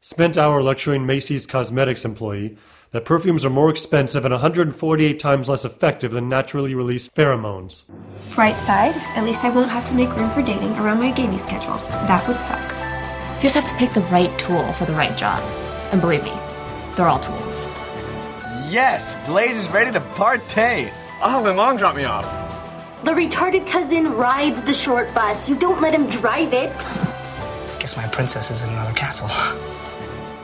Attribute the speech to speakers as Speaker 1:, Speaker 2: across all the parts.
Speaker 1: spent hour lecturing Macy's cosmetics employee that perfumes are more expensive and 148 times less effective than naturally released pheromones.
Speaker 2: Bright side, at least I won't have to make room for dating around my gaming schedule. That would suck.
Speaker 3: You just have to pick the right tool for the right job. And believe me, they're all tools.
Speaker 4: Yes, Blade is ready to partay. Oh, my mom dropped me off.
Speaker 5: The retarded cousin rides the short bus. You don't let him drive it.
Speaker 6: Guess my princess is in another castle.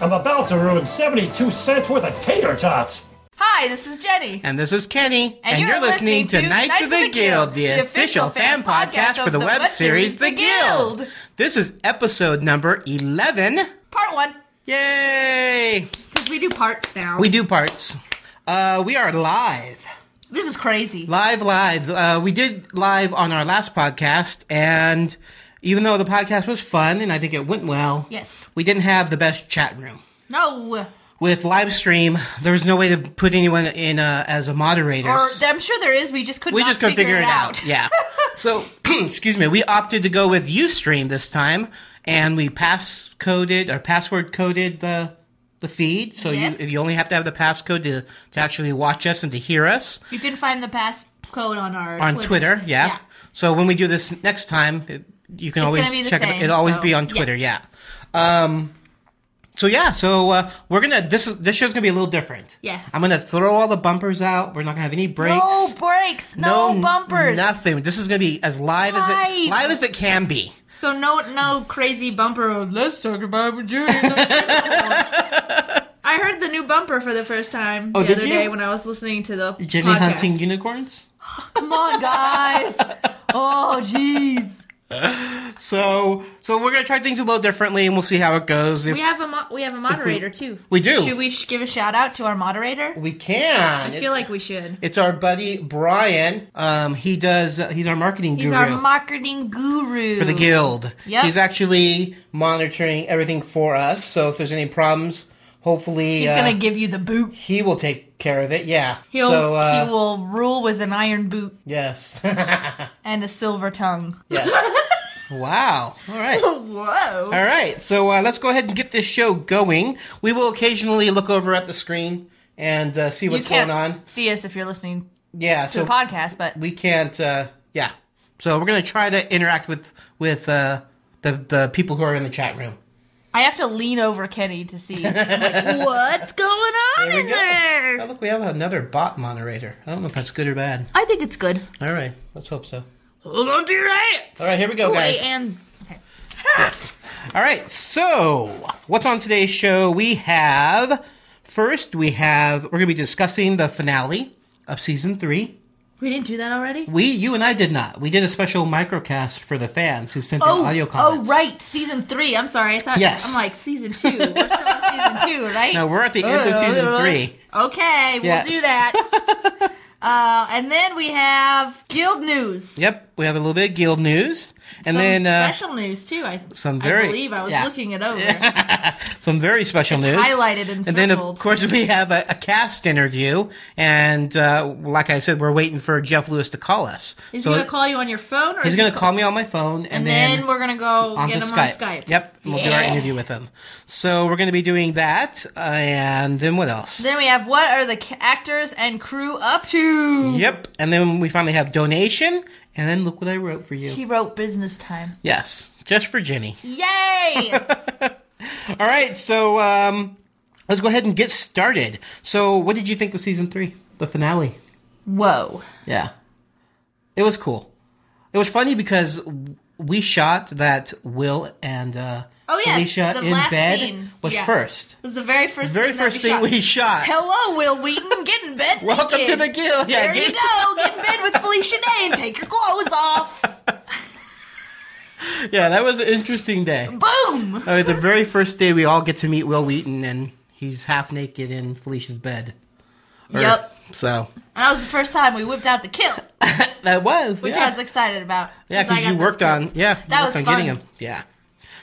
Speaker 7: I'm about to ruin 72 cents worth of tater tots.
Speaker 8: Hi, this is Jenny.
Speaker 9: And this is Kenny.
Speaker 8: And you're listening to Knights of the Guild, the official fan podcast of the web series, The Guild.
Speaker 9: This is episode number 11.
Speaker 8: Part one.
Speaker 9: Yay!
Speaker 8: Because we do parts now.
Speaker 9: We do parts. Uh, we are live.
Speaker 8: this is crazy.
Speaker 9: Live, live. Uh, we did live on our last podcast, and even though the podcast was fun and I think it went well,
Speaker 8: Yes.
Speaker 9: we didn't have the best chat room.
Speaker 8: No.
Speaker 9: With live stream, there was no way to put anyone in uh, as a moderator.
Speaker 8: Or I'm sure there is. We just couldn't.
Speaker 9: we just couldn't figure, it out. Yeah. so, excuse me. We opted to go with UStream this time, and we pass coded or password coded the the feed. So
Speaker 8: Yes.
Speaker 9: you you only have to have the passcode to to actually watch us and to hear us
Speaker 8: You can find the pass code on our
Speaker 9: on Twitter. yeah.
Speaker 8: yeah.
Speaker 9: So when we do this next time, it, you can
Speaker 8: It's
Speaker 9: always
Speaker 8: gonna be the
Speaker 9: check
Speaker 8: same,
Speaker 9: it. It'll always
Speaker 8: so,
Speaker 9: be on
Speaker 8: yeah.
Speaker 9: Twitter. Yeah. Um. So yeah, so uh, we're gonna this is- this show's gonna be a little different.
Speaker 8: Yes.
Speaker 9: I'm gonna throw all the bumpers out. We're not gonna have any breaks.
Speaker 8: No breaks. No,
Speaker 9: n-
Speaker 8: bumpers.
Speaker 9: Nothing. This is gonna be as live, as it
Speaker 8: Live.
Speaker 9: live as it can be.
Speaker 8: So no, no crazy bumper. Of, Let's talk about Virginia. I heard the new bumper for the first time
Speaker 9: Oh,
Speaker 8: the
Speaker 9: did
Speaker 8: other
Speaker 9: you?
Speaker 8: day when I was listening to the
Speaker 9: Jimmy
Speaker 8: podcast.
Speaker 9: hunting unicorns.
Speaker 8: Come on, guys. oh, jeez.
Speaker 9: So so we're gonna try things a little differently, and we'll see how it goes. If
Speaker 8: We have a mo- we have a moderator too.
Speaker 9: We do.
Speaker 8: Should we sh- give a shout out to our moderator?
Speaker 9: we can.
Speaker 8: I feel like we should.
Speaker 9: it's our buddy Brian. Um, he does. Uh, he's our marketing
Speaker 8: He's
Speaker 9: guru
Speaker 8: our marketing guru
Speaker 9: for the guild.
Speaker 8: Yep.
Speaker 9: He's actually monitoring everything for us. So if there's any problems, hopefully
Speaker 8: He's
Speaker 9: uh,
Speaker 8: gonna give you the boot.
Speaker 9: he will take care of it. Yeah.
Speaker 8: He'll,
Speaker 9: so uh,
Speaker 8: he will rule with an iron boot
Speaker 9: yes.
Speaker 8: and a silver tongue.
Speaker 9: yes. Wow. All right.
Speaker 8: Whoa.
Speaker 9: All right, so uh, let's go ahead and get this show going. We will occasionally look over at the screen and uh, see what's
Speaker 8: you can't
Speaker 9: going on.
Speaker 8: see us if you're listening
Speaker 9: Yeah,
Speaker 8: to
Speaker 9: so
Speaker 8: the podcast, but
Speaker 9: we can't. Uh, yeah, so we're gonna try to interact with with uh, the the people who are in the chat room.
Speaker 8: I have to lean over Kenny to see I'm like, what's going on
Speaker 9: There we
Speaker 8: in
Speaker 9: go.
Speaker 8: there.
Speaker 9: Oh, look, we have another bot moderator. I don't know if that's good or bad.
Speaker 8: I think it's good.
Speaker 9: All right, let's hope so.
Speaker 8: Hold on to your hats.
Speaker 9: All right, here we go,
Speaker 8: Wait,
Speaker 9: guys.
Speaker 8: and
Speaker 9: All right, so what's on today's show? We have first we have we're gonna be discussing the finale of season three.
Speaker 8: we didn't do that already.
Speaker 9: We, you and I did not. We did a special microcast for the fans who sent
Speaker 8: Oh,
Speaker 9: in audio
Speaker 8: oh,
Speaker 9: comments.
Speaker 8: right, season three. I'm sorry, I thought.
Speaker 9: Yes.
Speaker 8: I'm like season two. We're still on season two, right?
Speaker 9: Now we're at the
Speaker 8: Oh,
Speaker 9: end of season three.
Speaker 8: Okay, we'll
Speaker 9: Yes.
Speaker 8: do that. uh, and then we have guild news.
Speaker 9: Yep, we have a little bit of guild news, and
Speaker 8: Some
Speaker 9: then uh,
Speaker 8: special news too. I
Speaker 9: some
Speaker 8: I
Speaker 9: very-
Speaker 8: believe I was
Speaker 9: yeah.
Speaker 8: looking it over.
Speaker 9: some very special news
Speaker 8: highlighted and
Speaker 9: And then of
Speaker 8: circled.
Speaker 9: course we have a, a cast interview, and uh, like I said, we're waiting for Jeff Lewis to call us.
Speaker 8: He's
Speaker 9: So
Speaker 8: gonna call you on your phone, or
Speaker 9: He's
Speaker 8: is
Speaker 9: gonna
Speaker 8: he-
Speaker 9: call me on my phone, and,
Speaker 8: And then, we're gonna go
Speaker 9: on
Speaker 8: get
Speaker 9: to
Speaker 8: him
Speaker 9: Skype.
Speaker 8: on Skype.
Speaker 9: Yep, and we'll do our
Speaker 8: Yeah.
Speaker 9: interview with him. So we're gonna be doing that, uh, and then what else?
Speaker 8: Then we have what are the ca- actors and crew up to?
Speaker 9: Yep. And then we finally have donation. And then look what I wrote for you.
Speaker 8: He wrote business time.
Speaker 9: Yes. Just for Jenny.
Speaker 8: Yay!
Speaker 9: All right. So um, let's go ahead and get started. So, what did you think of season three? The finale?
Speaker 8: Whoa.
Speaker 9: Yeah. It was cool. It was funny because we shot that Will and uh,
Speaker 8: Oh, yeah,
Speaker 9: Alicia
Speaker 8: the
Speaker 9: in
Speaker 8: last
Speaker 9: bed
Speaker 8: scene.
Speaker 9: was
Speaker 8: Yeah.
Speaker 9: first.
Speaker 8: It was the very first
Speaker 9: Very
Speaker 8: thing that
Speaker 9: first thing we shot.
Speaker 8: Hello, Will Wheaton. Get in bed.
Speaker 9: Welcome to
Speaker 8: naked.
Speaker 9: the guild. Yeah,
Speaker 8: there you
Speaker 9: get-
Speaker 8: go. Get in bed with Felicia Day and take your clothes off.
Speaker 9: yeah, that was an interesting day.
Speaker 8: Boom.
Speaker 9: All right, the very first day we all get to meet Will Wheaton, and he's half naked in Felicia's bed. Or-
Speaker 8: Yep.
Speaker 9: So
Speaker 8: And that was the first time we whipped out the kill,
Speaker 9: that was
Speaker 8: which
Speaker 9: yeah.
Speaker 8: I was excited about.
Speaker 9: Yeah,
Speaker 8: 'cause I
Speaker 9: because you
Speaker 8: got those
Speaker 9: worked on
Speaker 8: kills.
Speaker 9: yeah, you
Speaker 8: that
Speaker 9: worked
Speaker 8: was
Speaker 9: on
Speaker 8: fun.
Speaker 9: getting him. Yeah.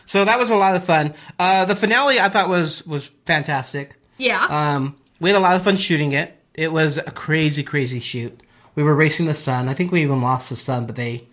Speaker 9: So that was a lot of fun. Uh, the finale I thought was was fantastic.
Speaker 8: Yeah.
Speaker 9: Um, we had a lot of fun shooting it. It was a crazy, crazy shoot. We were racing the sun. I think we even lost the sun, but they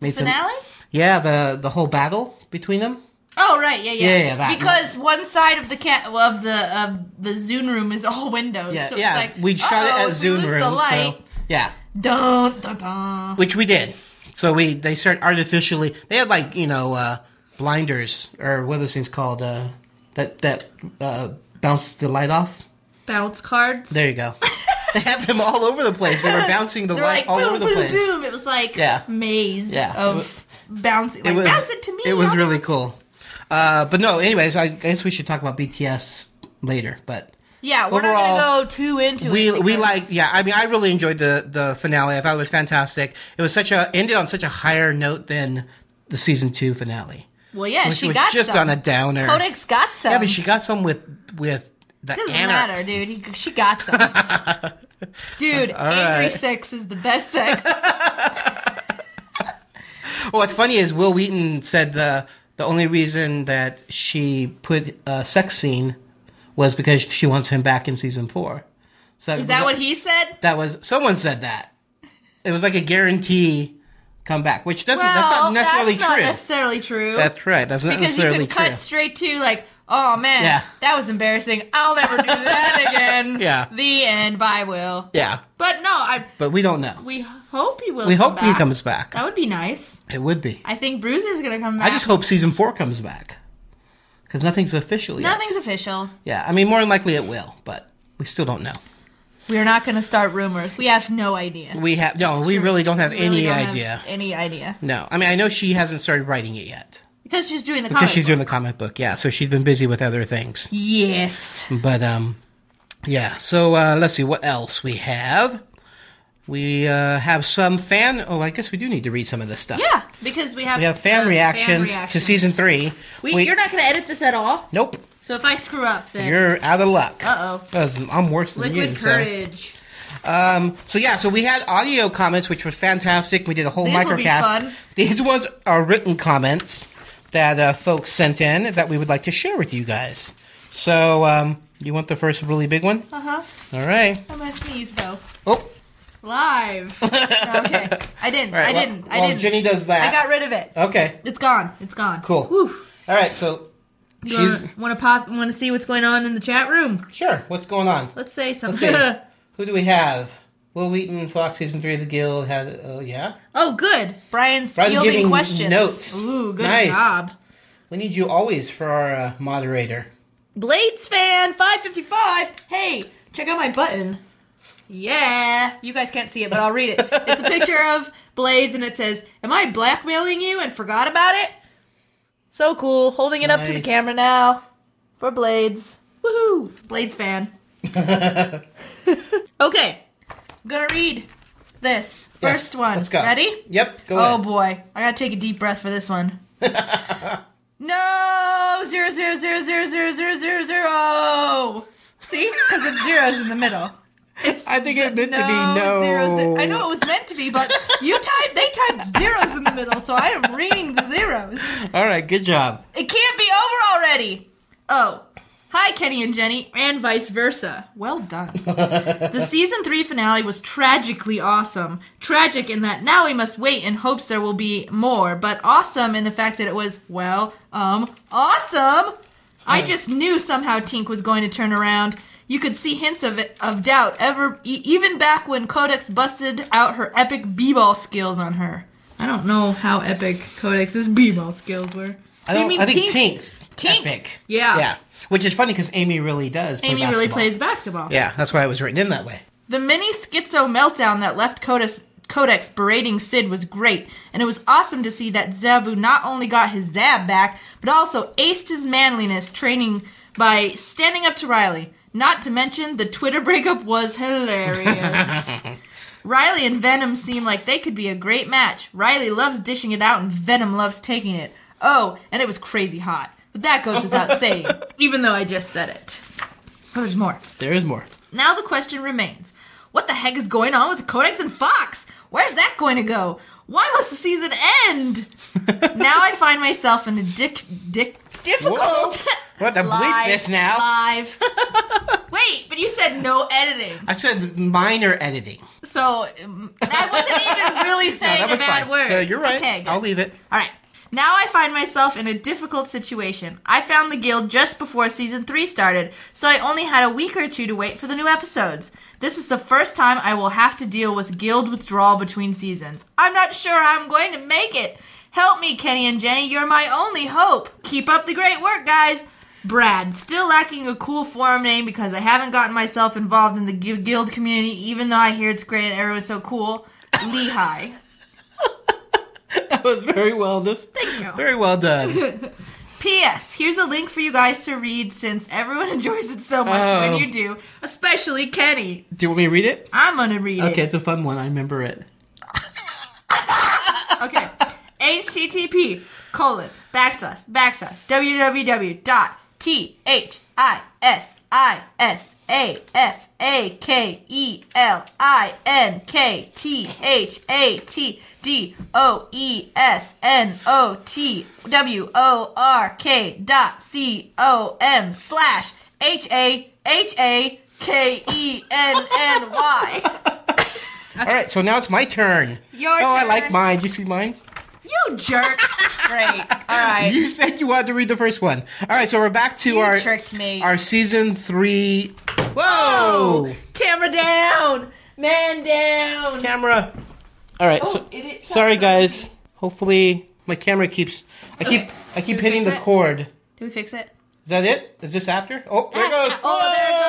Speaker 9: made some
Speaker 8: Finale.
Speaker 9: Yeah, the the whole battle between them.
Speaker 8: Oh right, yeah, yeah,
Speaker 9: Yeah, yeah, that
Speaker 8: because one side of the cat of the of the Zoom room is all windows.
Speaker 9: Yeah,
Speaker 8: so
Speaker 9: yeah.
Speaker 8: It's like,
Speaker 9: we shot
Speaker 8: "Uh-oh,
Speaker 9: it
Speaker 8: if
Speaker 9: at
Speaker 8: we
Speaker 9: Zoom
Speaker 8: lose
Speaker 9: Room.
Speaker 8: The light,
Speaker 9: So yeah,
Speaker 8: dun, dun, dun.
Speaker 9: which we did. So we they start artificially. They had like you know uh, blinders or what are those things called uh, that that uh, bounce the light off.
Speaker 8: Bounce cards.
Speaker 9: There you go. they had them all over the place. They were bouncing the
Speaker 8: They're
Speaker 9: light
Speaker 8: like
Speaker 9: all
Speaker 8: boom,
Speaker 9: over the
Speaker 8: boom,
Speaker 9: place.
Speaker 8: boom. It was like
Speaker 9: Yeah.
Speaker 8: maze
Speaker 9: Yeah. It
Speaker 8: of bouncing. Like, bounce it to me.
Speaker 9: It was
Speaker 8: I'll
Speaker 9: really
Speaker 8: bounce-
Speaker 9: cool. Uh, but no, anyways, I guess we should talk about BTS later. But
Speaker 8: yeah. We're not
Speaker 9: overall,
Speaker 8: gonna go too into
Speaker 9: we
Speaker 8: it.
Speaker 9: we
Speaker 8: because-
Speaker 9: like yeah. I mean, I really enjoyed the the finale. I thought it was fantastic. It was such a ended on such a higher note than the season two finale.
Speaker 8: Well, yeah,
Speaker 9: which
Speaker 8: she
Speaker 9: was
Speaker 8: got
Speaker 9: just
Speaker 8: some.
Speaker 9: on a downer.
Speaker 8: Codex got some.
Speaker 9: yeah, but she got some with with the
Speaker 8: Doesn't
Speaker 9: anar-
Speaker 8: matter, dude. He, she got some. dude, angry
Speaker 9: right.
Speaker 8: sex is the best sex.
Speaker 9: Well, what's funny is Will Wheaton said the the only reason that she put a sex scene was because she wants him back in season four. So
Speaker 8: Is that what he said?
Speaker 9: That was someone said that. It was like a guarantee come back, which doesn't
Speaker 8: Well,
Speaker 9: that's not necessarily
Speaker 8: that's not
Speaker 9: true.
Speaker 8: necessarily true.
Speaker 9: that's right. That's not
Speaker 8: because you
Speaker 9: necessarily
Speaker 8: could
Speaker 9: true.
Speaker 8: cut straight to like, oh man,
Speaker 9: Yeah.
Speaker 8: that was embarrassing. I'll never do that again.
Speaker 9: Yeah.
Speaker 8: The end. Bye, Will.
Speaker 9: yeah,
Speaker 8: But no, I.
Speaker 9: but we don't know.
Speaker 8: We hope he will.
Speaker 9: We
Speaker 8: come
Speaker 9: hope
Speaker 8: back.
Speaker 9: he comes back.
Speaker 8: That would be nice.
Speaker 9: It would be.
Speaker 8: I think Bruiser's gonna come back.
Speaker 9: I just hope season four comes back because nothing's official yet.
Speaker 8: nothing's official.
Speaker 9: yeah, I mean, more than likely it will, but we still don't know.
Speaker 8: We are not gonna start rumors. We have no idea.
Speaker 9: We have no. we really don't have
Speaker 8: We
Speaker 9: any
Speaker 8: really don't have
Speaker 9: idea.
Speaker 8: Any idea?
Speaker 9: no, I mean I know she hasn't started writing it yet
Speaker 8: Because she's doing the.
Speaker 9: because
Speaker 8: comic
Speaker 9: she's
Speaker 8: book.
Speaker 9: doing the comic book. Yeah, so she's been busy with other things.
Speaker 8: Yes.
Speaker 9: But um, yeah. So uh, let's see what else we have. We uh, have some fan. Oh, I guess we do need to read some of this stuff.
Speaker 8: Yeah, because we have
Speaker 9: We have fan,
Speaker 8: uh,
Speaker 9: reactions, to season three.
Speaker 8: We, you're not going to edit this at all.
Speaker 9: Nope,
Speaker 8: So if I screw up, then
Speaker 9: you're out of luck.
Speaker 8: Uh-oh.
Speaker 9: 'Cause I'm worse than
Speaker 8: liquid
Speaker 9: you. so-
Speaker 8: courage.
Speaker 9: So yeah, so we had audio comments, which was fantastic. We did a whole
Speaker 8: These will be
Speaker 9: microcast.
Speaker 8: fun.
Speaker 9: These ones are written comments that uh, folks sent in that we would like to share with you guys. So um, you want the first really big one?
Speaker 8: Uh huh.
Speaker 9: All right.
Speaker 8: I'm gonna sneeze though.
Speaker 9: Oh,
Speaker 8: Live. okay. I didn't.
Speaker 9: all right.
Speaker 8: I
Speaker 9: well-
Speaker 8: didn't.
Speaker 9: well,
Speaker 8: I didn't.
Speaker 9: Jenny does that.
Speaker 8: I got rid of it.
Speaker 9: Okay.
Speaker 8: It's gone. It's gone.
Speaker 9: Cool.
Speaker 8: Whew.
Speaker 9: All right. So
Speaker 8: You
Speaker 9: She's-
Speaker 8: want to pop? Want to see what's going on in the chat room?
Speaker 9: sure, what's going on?
Speaker 8: Let's say something.
Speaker 9: see. Who do we have? Will Wheaton, Fox season three of the Guild had. Oh yeah.
Speaker 8: oh, good. Brian's
Speaker 9: Brian's
Speaker 8: fielding
Speaker 9: giving
Speaker 8: questions.
Speaker 9: notes.
Speaker 8: Ooh, good
Speaker 9: Nice.
Speaker 8: job.
Speaker 9: We need you always for our uh, moderator.
Speaker 8: Blades fan 555. Hey, check out my button. Yeah, you guys can't see it, but I'll read it. It's a picture of Blades and it says, "Am I blackmailing you and forgot about it?" So cool. Holding it up to the
Speaker 9: Nice.
Speaker 8: camera now for Blades. Woohoo! Blades fan. okay. I'm going to read this first
Speaker 9: Yes,
Speaker 8: one.
Speaker 9: Let's go.
Speaker 8: Ready?
Speaker 9: Yep. Go
Speaker 8: Oh
Speaker 9: ahead.
Speaker 8: boy, I gotta take a deep breath for this one. no zero zero zero zero zero zero zero zero. See, because it's zeros in the middle. It's
Speaker 9: I think it meant
Speaker 8: no,
Speaker 9: to be no.
Speaker 8: Zero, zero. I know it was meant to be, but you typed. They typed zeros in the middle, so I am reading the zeros.
Speaker 9: All right. Good job.
Speaker 8: It can't be over already. Oh. Hi, Kenny and Jenny, and vice versa. Well done. the season three finale was tragically awesome. Tragic in that now we must wait in hopes there will be more, but awesome in the fact that it was, well, um, awesome! I just knew somehow Tink was going to turn around. You could see hints of it, of doubt ever e- even back when Codex busted out her epic b-ball skills on her. I don't know how epic Codex's b-ball skills were.
Speaker 9: I, don't, I think
Speaker 8: Tink-
Speaker 9: Tink's
Speaker 8: Tink.
Speaker 9: epic.
Speaker 8: Yeah.
Speaker 9: Yeah. Which is funny because Amy really does. Play
Speaker 8: Amy really
Speaker 9: basketball.
Speaker 8: plays basketball.
Speaker 9: Yeah, that's why it was written in that way.
Speaker 8: The mini schizo meltdown that left Codex, Codex berating Sid was great, and it was awesome to see that Zabu not only got his Zab back, but also aced his manliness training by standing up to Riley. Not to mention, the Twitter breakup was hilarious. Riley and Venom seem like they could be a great match. Riley loves dishing it out, and Venom loves taking it. Oh, and it was crazy hot. But that goes without saying, even though I just said it. Oh, there's more.
Speaker 9: There is more.
Speaker 8: Now the question remains what the heck is going on with Codex and Fox? Where's that going to go? Why must the season end? now I find myself in a dick, dick, difficult.
Speaker 9: Whoa. What, I bleep
Speaker 8: live,
Speaker 9: this now?
Speaker 8: Live. Wait, but you said no editing.
Speaker 9: I said minor editing.
Speaker 8: So um, I wasn't even really saying
Speaker 9: that
Speaker 8: a
Speaker 9: was
Speaker 8: bad
Speaker 9: fine.
Speaker 8: word.
Speaker 9: Uh, you're right.
Speaker 8: Okay, good.
Speaker 9: I'll leave it.
Speaker 8: All right. Now I find myself in a difficult situation. I found the guild just before season 3 started, so I only had a week or two to wait for the new episodes. This is the first time I will have to deal with guild withdrawal between seasons. I'm not sure how I'm going to make it. Help me, Kenny and Jenny. You're my only hope. Keep up the great work, guys. Brad, still lacking a cool forum name because I haven't gotten myself involved in the gu- guild community, even though I hear it's great and everyone's so cool. Lehigh.
Speaker 9: That was very well done.
Speaker 8: Thank you.
Speaker 9: Very well done.
Speaker 8: P.S. Here's a link for you guys to read since everyone enjoys it so much when you do, especially Kenny.
Speaker 9: Do you want me to read it?
Speaker 8: I'm gonna read
Speaker 9: Okay,
Speaker 8: it.
Speaker 9: it's a fun one. I remember it.
Speaker 8: Okay. HTTP colon backslash backslash www dot T E H I S I S A F A K E L I N K T H A T D O E S N O T W O R K dot C O M slash H A H A K E N N Y.
Speaker 9: All right, so now it's my turn.
Speaker 8: Your
Speaker 9: oh, I
Speaker 8: turn.
Speaker 9: like mine. You see mine?
Speaker 8: You jerk. Great. All right.
Speaker 9: You said you wanted to read the first one. All right, so we're back to
Speaker 8: You
Speaker 9: our
Speaker 8: tricked me.
Speaker 9: our season three. Whoa!
Speaker 8: Camera down! Man down!
Speaker 9: Camera. All right. so,
Speaker 8: Oh, it is-
Speaker 9: sorry guys. Hopefully my camera keeps. I keep I keep hitting
Speaker 8: fix
Speaker 9: the
Speaker 8: it?
Speaker 9: cord. Is
Speaker 8: Did we fix it?
Speaker 9: that it? Is this after? Oh, there it
Speaker 8: Ah,
Speaker 9: goes. Whoa!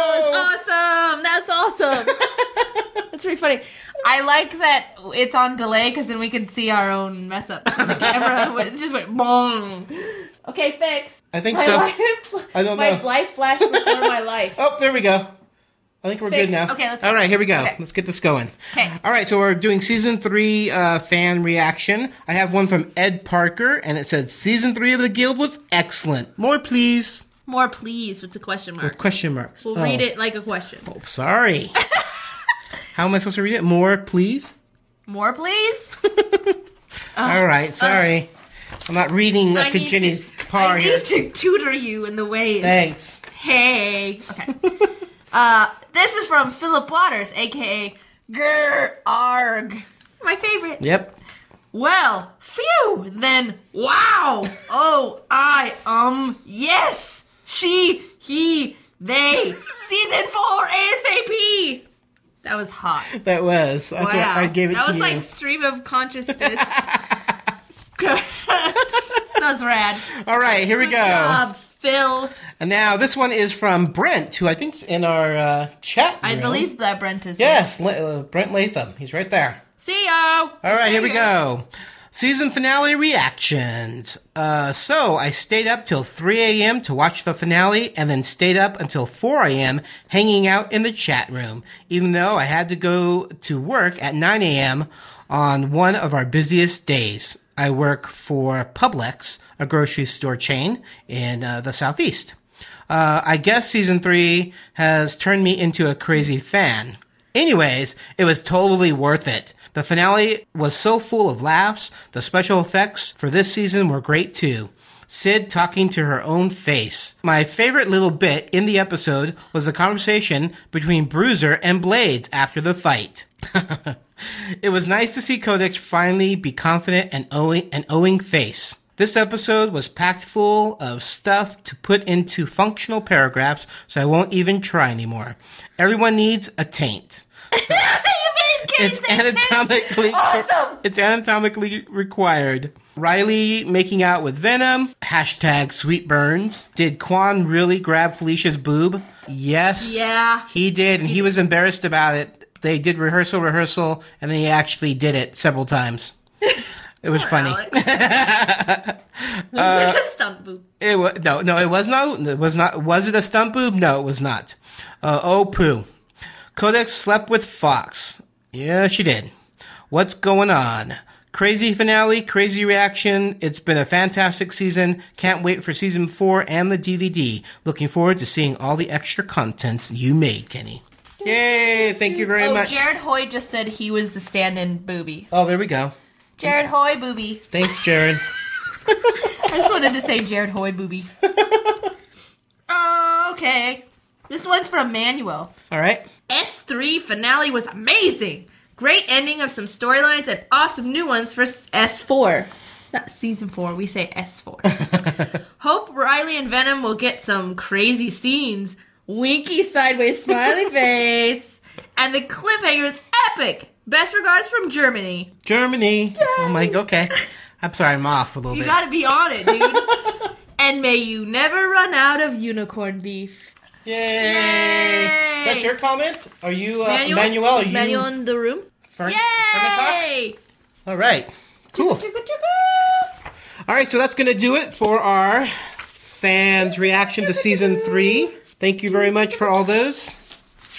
Speaker 8: Oh, there it goes! Awesome! That's awesome! That's pretty funny. I like that it's on delay because then we can see our own mess up. The camera went, just went boom. Okay, fix.
Speaker 9: I think
Speaker 8: My
Speaker 9: so.
Speaker 8: life,
Speaker 9: I don't
Speaker 8: my
Speaker 9: know.
Speaker 8: life flashed before my life.
Speaker 9: Oh, there we go. I think we're
Speaker 8: Fixed.
Speaker 9: good now.
Speaker 8: Okay, let's
Speaker 9: All
Speaker 8: go.
Speaker 9: right, here we go.
Speaker 8: Okay.
Speaker 9: Let's get this going.
Speaker 8: Okay.
Speaker 9: All right, so we're doing season three uh, fan reaction. I have one from Ed Parker, and it said season three of the Guild was excellent. More, please.
Speaker 8: More please with the question mark.
Speaker 9: Question marks.
Speaker 8: We'll
Speaker 9: Oh,
Speaker 8: read it like a question.
Speaker 9: Sorry. How am I supposed to read it? More, please.
Speaker 8: More please?
Speaker 9: All right, sorry. I'm not reading up to
Speaker 8: Uh, need
Speaker 9: Jenny's
Speaker 8: to-
Speaker 9: par
Speaker 8: I
Speaker 9: here.
Speaker 8: need to tutor you in the ways.
Speaker 9: Thanks.
Speaker 8: Hey. Okay. uh, this is from Philip Waters, aka Grr Arg. My favorite.
Speaker 9: Yep.
Speaker 8: Well, phew, then wow. Oh, I, um, yes. She, he, they. Season 4 ASAP. That was hot.
Speaker 9: That was. That's what I gave it
Speaker 8: that
Speaker 9: to
Speaker 8: was
Speaker 9: you.
Speaker 8: like stream of consciousness. that was rad.
Speaker 9: All right, here we
Speaker 8: Good
Speaker 9: go.
Speaker 8: job, Phil.
Speaker 9: And now this one is from Brent, who I think's in our uh, chat.
Speaker 8: I
Speaker 9: room.
Speaker 8: believe that Brent is.
Speaker 9: Yes, La- uh, Brent Latham. He's right there.
Speaker 8: See ya.
Speaker 9: All right, here we go. Season finale reactions. Uh, so I stayed up till 3 a.m. to watch the finale and then stayed up until 4 a.m. hanging out in the chat room, even though I had to go to work at 9 a.m. on one of our busiest days. I work for Publix, a grocery store chain in uh, the Southeast. Uh, I guess season three has turned me into a crazy fan. Anyways, it was totally worth it. The finale was so full of laughs. The special effects for this season were great too. Sid talking to her own face. My favorite little bit in the episode was the conversation between Bruiser and Blades after the fight. It was nice to see Codex finally be confident and owing and owing face. This episode was packed full of stuff to put into functional paragraphs, so I won't even try anymore. Everyone needs a taint. It's anatomically
Speaker 8: Oh,
Speaker 9: It's anatomically required. Riley making out with Venom. Hashtag sweet burns. Did Quan really grab Felicia's boob? Yes.
Speaker 8: Yeah.
Speaker 9: He did, and he was embarrassed about it. They did rehearsal, rehearsal, and then he actually did it several times. It was funny. Uh,
Speaker 8: Stunt boob.
Speaker 9: It was no, no. It was not. It was not. Was it a stump boob? No, it was not. Uh, oh poo. Codex slept with Fox. Yeah, she did. What's going on? Crazy finale, crazy reaction. It's been a fantastic season. Can't wait for season four and the DVD. Looking forward to seeing all the extra contents you made, Kenny. Yay! Thank you very
Speaker 8: Oh,
Speaker 9: much.
Speaker 8: Jared Hoy just said he was the stand-in booby.
Speaker 9: oh, there we go.
Speaker 8: Jared Hoy booby.
Speaker 9: Thanks, Jared.
Speaker 8: I just wanted to say Jared Hoy booby. okay. This one's from Manuel.
Speaker 9: all right.
Speaker 8: S3 finale was amazing. Great ending of some storylines and awesome new ones for S4. not season four. We say S4. Hope Riley and Venom will get some crazy scenes. Winky sideways smiley face. And the cliffhanger is epic. Best regards from Germany.
Speaker 9: Germany. Oh my. Okay. I'm sorry. I'm off a little
Speaker 8: You
Speaker 9: bit.
Speaker 8: gotta be on it, dude. and may you never run out of unicorn beef.
Speaker 9: Yay.
Speaker 8: Yay.
Speaker 9: That's your comment. Are you uh,
Speaker 8: Manuel,
Speaker 9: Manuel? Are
Speaker 8: is
Speaker 9: you
Speaker 8: Manuel in the room?
Speaker 9: Fern- Fernatalk?
Speaker 8: Yay!
Speaker 9: All right. Cool. All right, so that's going to do it for our fans' reaction to season three. Thank you very much for all those.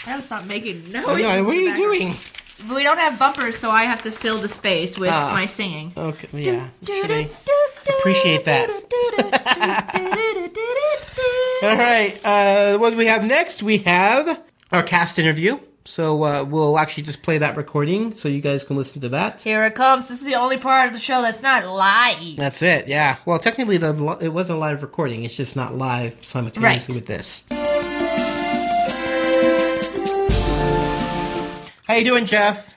Speaker 8: I gotta stop making noises.
Speaker 9: Oh, no,
Speaker 8: in
Speaker 9: what are
Speaker 8: the
Speaker 9: you
Speaker 8: background.
Speaker 9: doing?
Speaker 8: We don't have bumpers, so I have to fill the space with
Speaker 9: Ah.
Speaker 8: my singing.
Speaker 9: Okay, yeah. should I- appreciate that. All right, uh, what do we have next? We have our cast interview. So uh, we'll actually just play that recording so you guys can listen to that.
Speaker 8: Here it comes. This is the only part of the show that's not live.
Speaker 9: That's it, yeah. Well, technically, the, li- it was a live recording. It's just not live simultaneously
Speaker 8: Right.
Speaker 9: with this. How you doing, Jeff?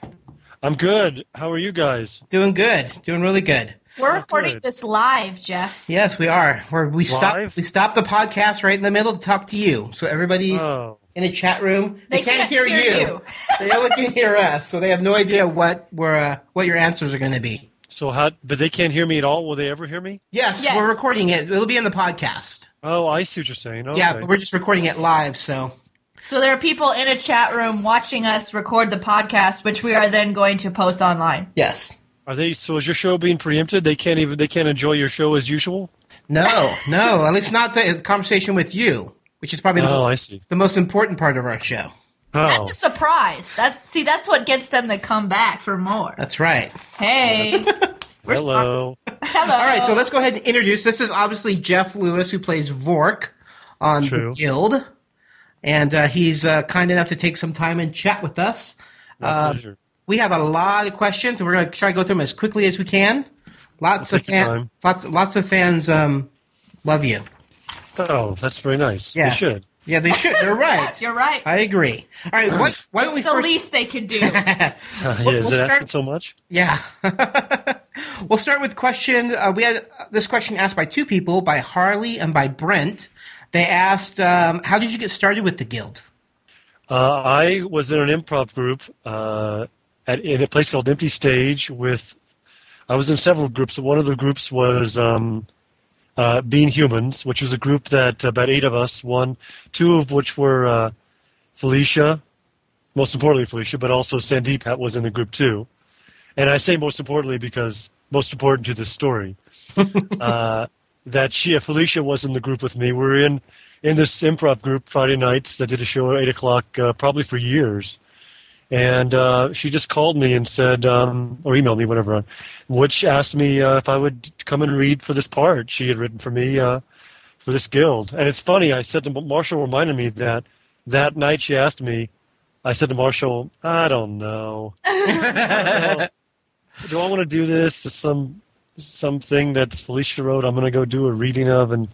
Speaker 1: I'm good. How are you guys?
Speaker 9: Doing good. Doing really good.
Speaker 10: We're recording
Speaker 1: good.
Speaker 10: this live, Jeff.
Speaker 9: Yes, we are. We're, we
Speaker 1: Live?
Speaker 9: stopped. We stopped the podcast right in the middle to talk to you. So everybody's
Speaker 1: Oh.
Speaker 9: in a chat room. They, can't, hear, you.
Speaker 10: you.
Speaker 9: they only can hear us, so they have no idea what we're, uh, what your answers are going to be.
Speaker 1: So how? But they can't hear me at all. Will they ever hear me?
Speaker 9: Yes,
Speaker 10: Yes.
Speaker 9: we're recording it. It'll be in the podcast.
Speaker 1: Oh, I see what you're saying. Okay.
Speaker 9: Yeah, but we're just recording it live. So
Speaker 10: So there are people in a chat room watching us record the podcast, which we are then going to post online.
Speaker 9: yes,
Speaker 1: Are they? So is your show being preempted? They can't even. They can't enjoy your show as usual.
Speaker 9: no, no. At least not the conversation with you, which is probably the,
Speaker 1: Oh, I
Speaker 9: most,
Speaker 1: see.
Speaker 9: the most important part of our show.
Speaker 1: Oh,
Speaker 10: That's a surprise. That see, that's what gets them to come back for more.
Speaker 9: That's right.
Speaker 10: Hey,
Speaker 1: hello.
Speaker 10: hello.
Speaker 9: All right, so let's go ahead and introduce. This is obviously Jeff Lewis, who plays Vork on
Speaker 1: True.
Speaker 9: Guild, and uh, he's uh, kind enough to take some time and chat with us.
Speaker 1: My
Speaker 9: Uh,
Speaker 1: pleasure.
Speaker 9: we have a lot of questions, and we're going to try to go through them as quickly as we can. Lots
Speaker 1: We'll
Speaker 9: of
Speaker 1: take your
Speaker 9: fan,
Speaker 1: time.
Speaker 9: lots, lots of fans um, love you.
Speaker 1: Oh, that's very nice. They
Speaker 9: Yes.
Speaker 1: should.
Speaker 9: Yeah, they should. They're right.
Speaker 10: You're right.
Speaker 9: I agree. All right, what, why don't we
Speaker 10: It's the
Speaker 9: first?
Speaker 10: least they could do.
Speaker 1: yeah, is
Speaker 9: we'll
Speaker 1: it asking
Speaker 9: start-
Speaker 1: so much?
Speaker 9: Yeah. we'll start with question. Uh, we had uh, this question asked by two people, by Harley and by Brent. They asked, um, "How did you get started with the guild?"
Speaker 1: Uh, I was in an improv group uh, at, in a place called Empty Stage. With I was in several groups. One of the groups was um, uh, Being Humans, which was a group that about eight of us. One, two of which were uh, Felicia, most importantly Felicia, but also Sandeep had- was in the group too. And I say most importantly because most important to this story. uh, that she, Felicia, was in the group with me. We were in in this improv group Friday nights that did a show at eight o'clock, uh, probably for years. And uh, she just called me and said, um, or emailed me, whatever, which asked me uh, if I would come and read for this part she had written for me uh, for this guild. And it's funny, I said to Marshall, reminded me that that night she asked me, I said to Marshall, I don't know. do I want to do this? It's some something that's Felicia wrote. I'm going to go do a reading of, and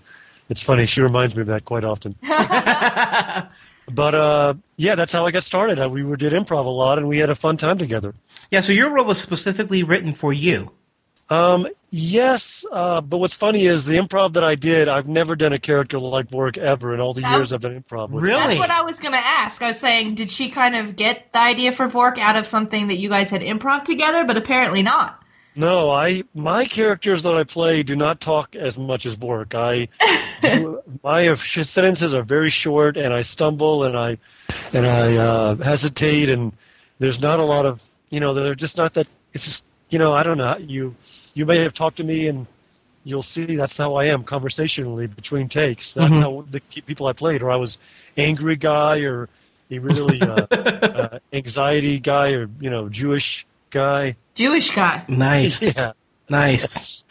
Speaker 1: it's funny. She reminds me of that quite often. but uh, yeah, that's how I got started. Uh, We were, did improv a lot, and we had a fun time together.
Speaker 9: Yeah, so your role was specifically written for you.
Speaker 1: Um, yes, uh, but what's funny is the improv that I did. I've never done a character like Warwick ever in all the years I've done improv. With
Speaker 9: Really?
Speaker 10: That's what I was gonna ask. I was saying, did she kind of get the idea for Vork out of something that you guys had improv together? But apparently not.
Speaker 1: No, I my characters that I play do not talk as much as Bork. I do, my sh- sentences are very short, and I stumble and I and I uh, hesitate, and there's not a lot of you know they're just not that. It's just you know I don't know you you may have talked to me and you'll see that's how I am conversationally between takes. That's how the ke- people I played, or I was angry guy, or a really uh, uh, anxiety guy, or you know Jewish guy.
Speaker 10: Jewish guy.
Speaker 9: Nice,
Speaker 1: Yeah.
Speaker 9: nice.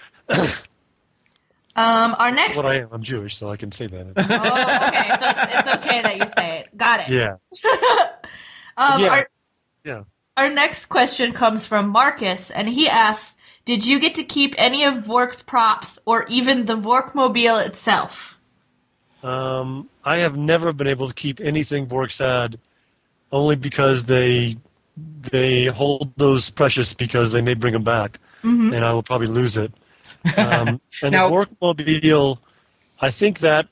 Speaker 10: Um, our next.
Speaker 1: what I am. I'm Jewish, so I can say that.
Speaker 10: Oh, okay. So it's, it's okay that you say it. Got it.
Speaker 1: yeah.
Speaker 10: Um,
Speaker 1: Yeah.
Speaker 10: Our,
Speaker 1: Yeah.
Speaker 10: our next question comes from Marcus, and he asks Did you get to keep any of Vork's props or even the Vorkmobile itself?
Speaker 1: Um, I have never been able to keep anything Bork's had, only because they they hold those precious because they may bring them back, and I will probably lose it. Um, and
Speaker 9: Now-
Speaker 1: the Vorkmobile, I think that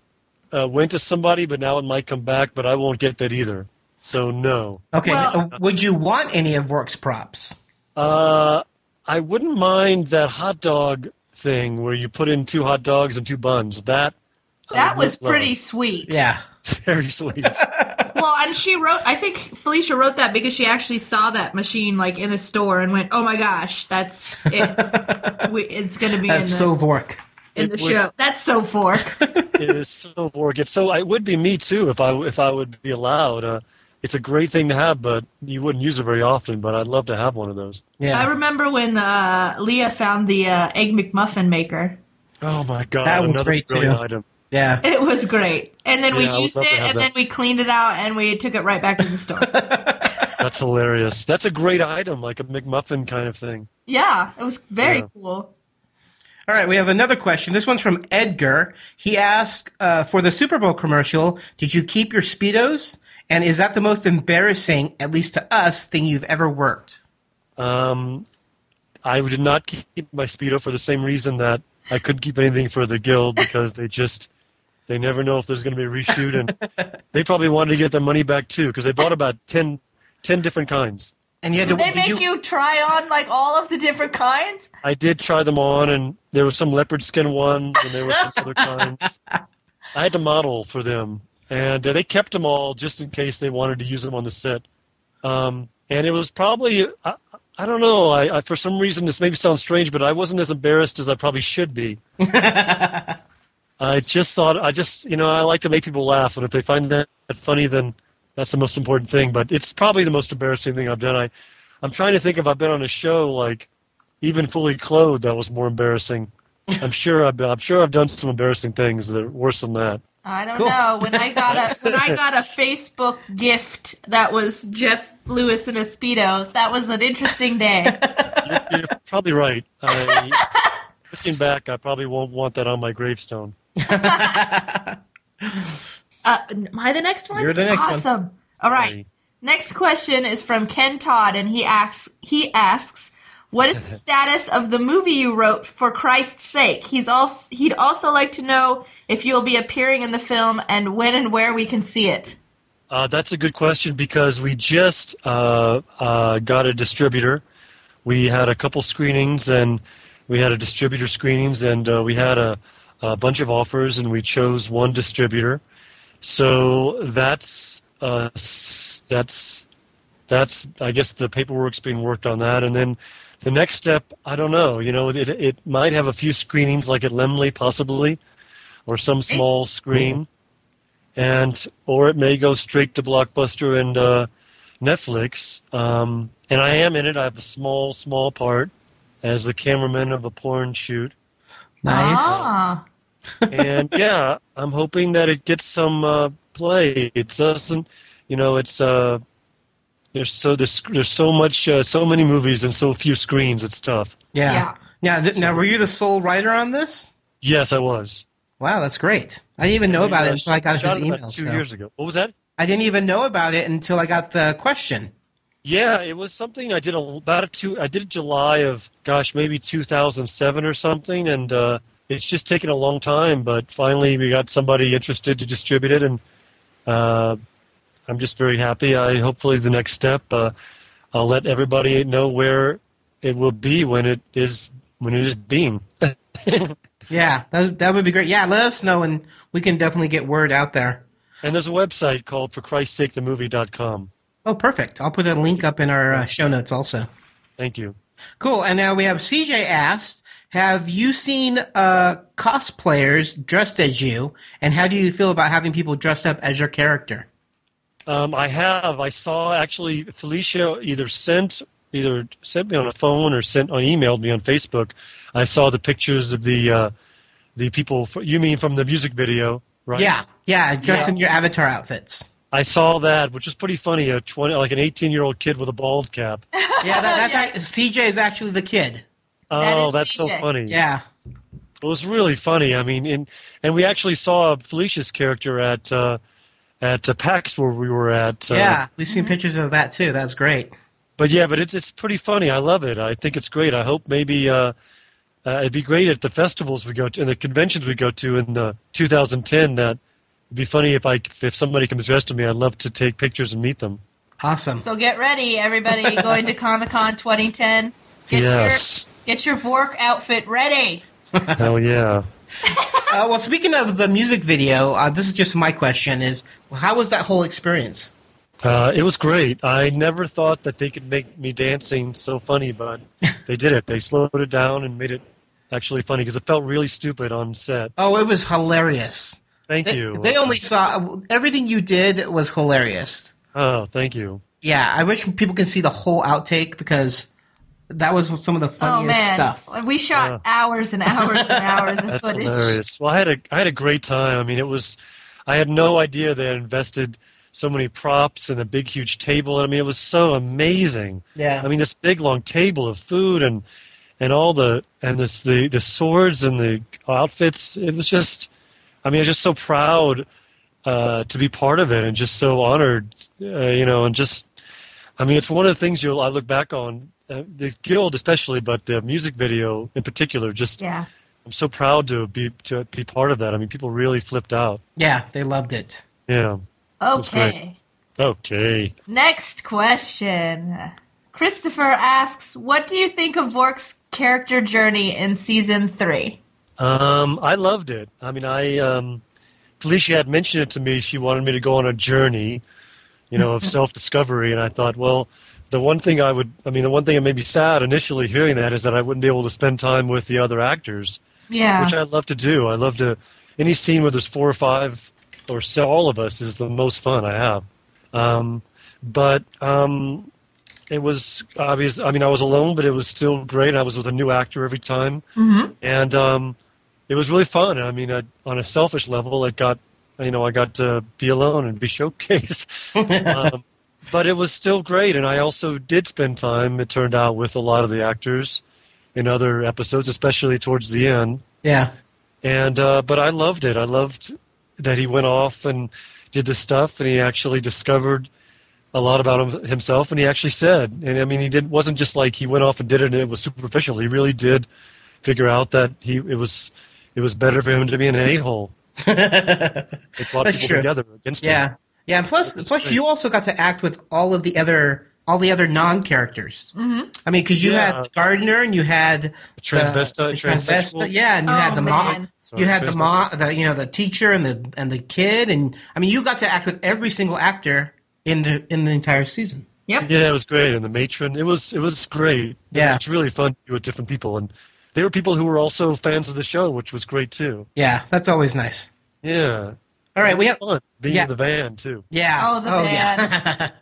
Speaker 1: uh, went to somebody, but now it might come back, but I won't get that either. So no.
Speaker 9: Okay. now, would you want any of Vork's props?
Speaker 1: Uh, I wouldn't mind that hot dog thing where you put in two hot dogs and two buns. That I
Speaker 8: That
Speaker 1: would
Speaker 8: was pretty
Speaker 1: love.
Speaker 8: sweet.
Speaker 9: Yeah.
Speaker 1: Very sweet.
Speaker 8: Well, and she wrote. I think Felicia wrote that because she actually saw that machine like in a store and went, "Oh my gosh, that's it. we, it's going to be
Speaker 9: That's
Speaker 8: in the,
Speaker 9: so Vork.
Speaker 8: in the show. That's so fork."
Speaker 1: it is so Vork. So it would be me too if I if I would be allowed. Uh, it's a great thing to have, but you wouldn't use it very often. But I'd love to have one of those.
Speaker 8: I remember when uh, Leah found the uh, egg McMuffin maker.
Speaker 1: Oh my god,
Speaker 9: That was
Speaker 1: another
Speaker 9: great, too.
Speaker 1: brilliant item.
Speaker 9: Yeah.
Speaker 8: It was great, and then
Speaker 1: Yeah, I
Speaker 8: we
Speaker 1: would
Speaker 8: used
Speaker 1: love to
Speaker 8: it,
Speaker 1: have
Speaker 8: and
Speaker 1: that.
Speaker 8: then we cleaned it out, and we took it right back to the store.
Speaker 1: That's hilarious. That's a great item, like a McMuffin kind of thing.
Speaker 8: yeah, it was very
Speaker 1: Yeah.
Speaker 8: cool.
Speaker 9: All right, we have another question. This one's from Edgar. He asked uh, for the Super Bowl commercial. Did you keep your speedos? And is that the most embarrassing, at least to us, thing you've ever worked?
Speaker 1: Um, I did not keep my speedo for the same reason that I couldn't keep anything for the guild because they just they never know if there's going to be a reshoot, and they probably wanted to get their money back too because they bought about 10, 10 different kinds.
Speaker 9: And you had to.
Speaker 8: Did they
Speaker 9: did you-
Speaker 8: make you... try on like all of the different kinds?
Speaker 1: I did try them on, and there were some leopard skin ones, and there were some other kinds. I had to model for them, and uh, they kept them all just in case they wanted to use them on the set. Um, and it was probably, I, I don't know, I, I, for some reason, this maybe sounds strange, but I wasn't as embarrassed as I probably should be. I just thought, I just, you know, I like to make people laugh, and if they find that funny, then that's the most important thing. But it's probably the most embarrassing thing I've done. I, I'm trying to think if I've been on a show like even fully clothed, that was more embarrassing. I'm sure I've I'm sure I've done some embarrassing things that are worse than that.
Speaker 8: I don't
Speaker 9: Cool.
Speaker 8: know. When I got a when I got a Facebook gift that was Jeff Lewis in a speedo, that was an interesting day.
Speaker 1: You're probably right. I, looking back, I probably won't want that on my gravestone.
Speaker 8: Uh, am I the next one?
Speaker 9: You're the next one.
Speaker 8: awesome. All right.
Speaker 1: Sorry.
Speaker 8: Next question is from Ken Todd, and he asks he asks, "What is the status of the movie you wrote for Christ's sake?" He's also he'd also like to know if you'll be appearing in the film and when and where we can see it.
Speaker 1: Uh, that's a good question because we just uh, uh, got a distributor. We had a couple screenings and we had a distributor screenings and uh, we had a, a bunch of offers and we chose one distributor. So that's uh, s- that's that's I guess the paperwork's being worked on that and then the next step I don't know you know it it might have a few screenings like at Lemley possibly or some small screen and or it may go straight to Blockbuster and uh, Netflix. Um, and I am in it. I have a small, small part as the cameraman of a porn shoot.
Speaker 9: nice.
Speaker 8: Ah,
Speaker 1: And yeah, I'm hoping that it gets some uh, play. It doesn't, you know, it's uh, there's so there's, there's so much uh, so many movies and so few screens. It's tough.
Speaker 9: Yeah.
Speaker 8: Yeah.
Speaker 9: Now, th- now, were you the sole writer on this?
Speaker 1: Yes, I was.
Speaker 9: Wow, that's great. I didn't even know about it until I got his
Speaker 1: Shot
Speaker 9: email.
Speaker 1: about two
Speaker 9: so-
Speaker 1: years ago. What was that?
Speaker 9: I didn't even know about it until I got the question.
Speaker 1: Yeah, it was something I did a, about a two. I did July of gosh, maybe 2007 or something, and uh, it's just taken a long time. But finally, we got somebody interested to distribute it, and uh, I'm just very happy. I hopefully the next step, uh, I'll let everybody know where it will be when it is when it is being.
Speaker 9: Yeah, that, that would be great. Yeah, let us know, and we can definitely get word out there.
Speaker 1: and there's a website called For Christ's Sake the Movie.com.
Speaker 9: Oh, perfect. I'll put a link up in our uh, show notes also.
Speaker 1: Thank you.
Speaker 9: Cool. And now we have CJ asked, have you seen uh, cosplayers dressed as you, and how do you feel about having people dressed up as your character?
Speaker 1: Um, I have. I saw actually Felicia either sent either sent me on a phone or sent or emailed me on Facebook. I saw the pictures of the uh, the people. fr- You mean from the music video, right?
Speaker 9: Yeah, yeah, dressed in your avatar outfits.
Speaker 1: I saw that, which is pretty funny. A twenty, like an eighteen-year-old kid with a bald cap.
Speaker 9: Yeah, that, that's act- CJ is actually the kid.
Speaker 1: oh,
Speaker 8: is
Speaker 1: that's so
Speaker 8: CJ.
Speaker 1: funny.
Speaker 9: Yeah.
Speaker 1: It was really funny. I mean, and and we actually saw Felicia's character at uh, at uh, PAX where we were at. Uh,
Speaker 9: yeah, we've seen pictures of that too. That's great.
Speaker 1: But yeah, but it's it's pretty funny. I love it. I think it's great. I hope maybe uh, uh, it'd be great at the festivals we go to and the conventions we go to in uh, 2010 that it'd be funny if I if somebody comes dressed to me, I'd love to take pictures and meet them.
Speaker 9: Awesome.
Speaker 10: So get ready, everybody going to Comic Con 2010. Get
Speaker 1: Yes.
Speaker 10: your get your Vork outfit ready.
Speaker 1: Hell yeah.
Speaker 9: uh, well, speaking of the music video, uh, this is just my question: is how was that whole experience?
Speaker 1: Uh, it was great. I never thought that they could make me dancing so funny, but they did it. They slowed it down and made it actually funny because it felt really stupid on set.
Speaker 9: Oh, it was hilarious.
Speaker 1: Thank
Speaker 9: They,
Speaker 1: you.
Speaker 9: they only saw everything you did was hilarious.
Speaker 1: Oh, thank you.
Speaker 9: Yeah, I wish people can see the whole outtake because that was some of the
Speaker 10: Oh
Speaker 9: funniest
Speaker 10: man,
Speaker 9: stuff.
Speaker 10: we shot hours and hours and hours of
Speaker 1: That's
Speaker 10: footage.
Speaker 1: hilarious. Well, I had a I had a great time. I mean, it was I had no idea they had invested so many props and a big huge table. I mean, it was so amazing.
Speaker 9: Yeah.
Speaker 1: I mean, this big long table of food and and all the and this the the swords and the outfits. It was just I mean, I was just so proud uh, to be part of it and just so honored, uh, you know, and just I mean, it's one of the things you'll I look back on. Uh, the guild, especially, but the music video in particular, just
Speaker 10: Yeah.
Speaker 1: I'm so proud to be to be part of that. I mean, people really flipped out.
Speaker 9: Yeah, they loved it.
Speaker 1: Yeah. That's great.
Speaker 10: Okay.
Speaker 1: Okay.
Speaker 10: Next question. Christopher asks, "What do you think of Vork's character journey in season three?
Speaker 1: Um, I loved it. I mean, I um, Felicia had mentioned it to me. She wanted me to go on a journey, you know, of self-discovery, and I thought, well, the one thing I would, I mean, the one thing that made me sad initially hearing that is that I wouldn't be able to spend time with the other actors.
Speaker 10: Yeah.
Speaker 1: which I love to do. I love to any scene where there's four or five or so all of us is the most fun I have. Um, but um, it was obvious. I mean, I was alone, but it was still great. I was with a new actor every time,
Speaker 10: Mm-hmm.
Speaker 1: and um, it was really fun. I mean, I, on a selfish level, it got you know I got to be alone and be showcased. um, but it was still great, and I also did spend time. It turned out with a lot of the actors in other episodes, especially towards the end
Speaker 9: Yeah.
Speaker 1: and uh, but I loved it. I loved that he went off and did this stuff, and he actually discovered a lot about him, himself. And he actually said, and I mean, he didn't wasn't just like he went off and did it, and it was superficial. He really did figure out that he it was it was better for him to be an a hole. it brought
Speaker 9: That's
Speaker 1: people
Speaker 9: true.
Speaker 1: together against him.
Speaker 9: Yeah, yeah. And plus, plus you also got to act with all of the other all the other non characters.
Speaker 10: Mm-hmm.
Speaker 9: I mean, because you
Speaker 1: Yeah.
Speaker 9: had Gardner and you had the-
Speaker 1: Transvestite,
Speaker 9: the
Speaker 1: transsexual.
Speaker 9: transvestite, yeah, and you
Speaker 10: Oh,
Speaker 9: had the mom,
Speaker 10: man.
Speaker 9: you had the
Speaker 1: Sorry,
Speaker 9: mom, the you know the teacher and the and the kid, and I mean, you got to act with every single actor in the in the entire season.
Speaker 10: Yep.
Speaker 1: Yeah, it was great, and the matron. It was it was great.
Speaker 9: Yeah.
Speaker 1: it's really fun to be with different people, and they were people who were also fans of the show, which was great too.
Speaker 9: Yeah, that's always nice.
Speaker 1: Yeah.
Speaker 9: All right, we have
Speaker 1: fun being
Speaker 9: Yeah.
Speaker 1: in the van too.
Speaker 9: yeah.
Speaker 10: Oh, the
Speaker 9: oh
Speaker 10: man.
Speaker 9: yeah.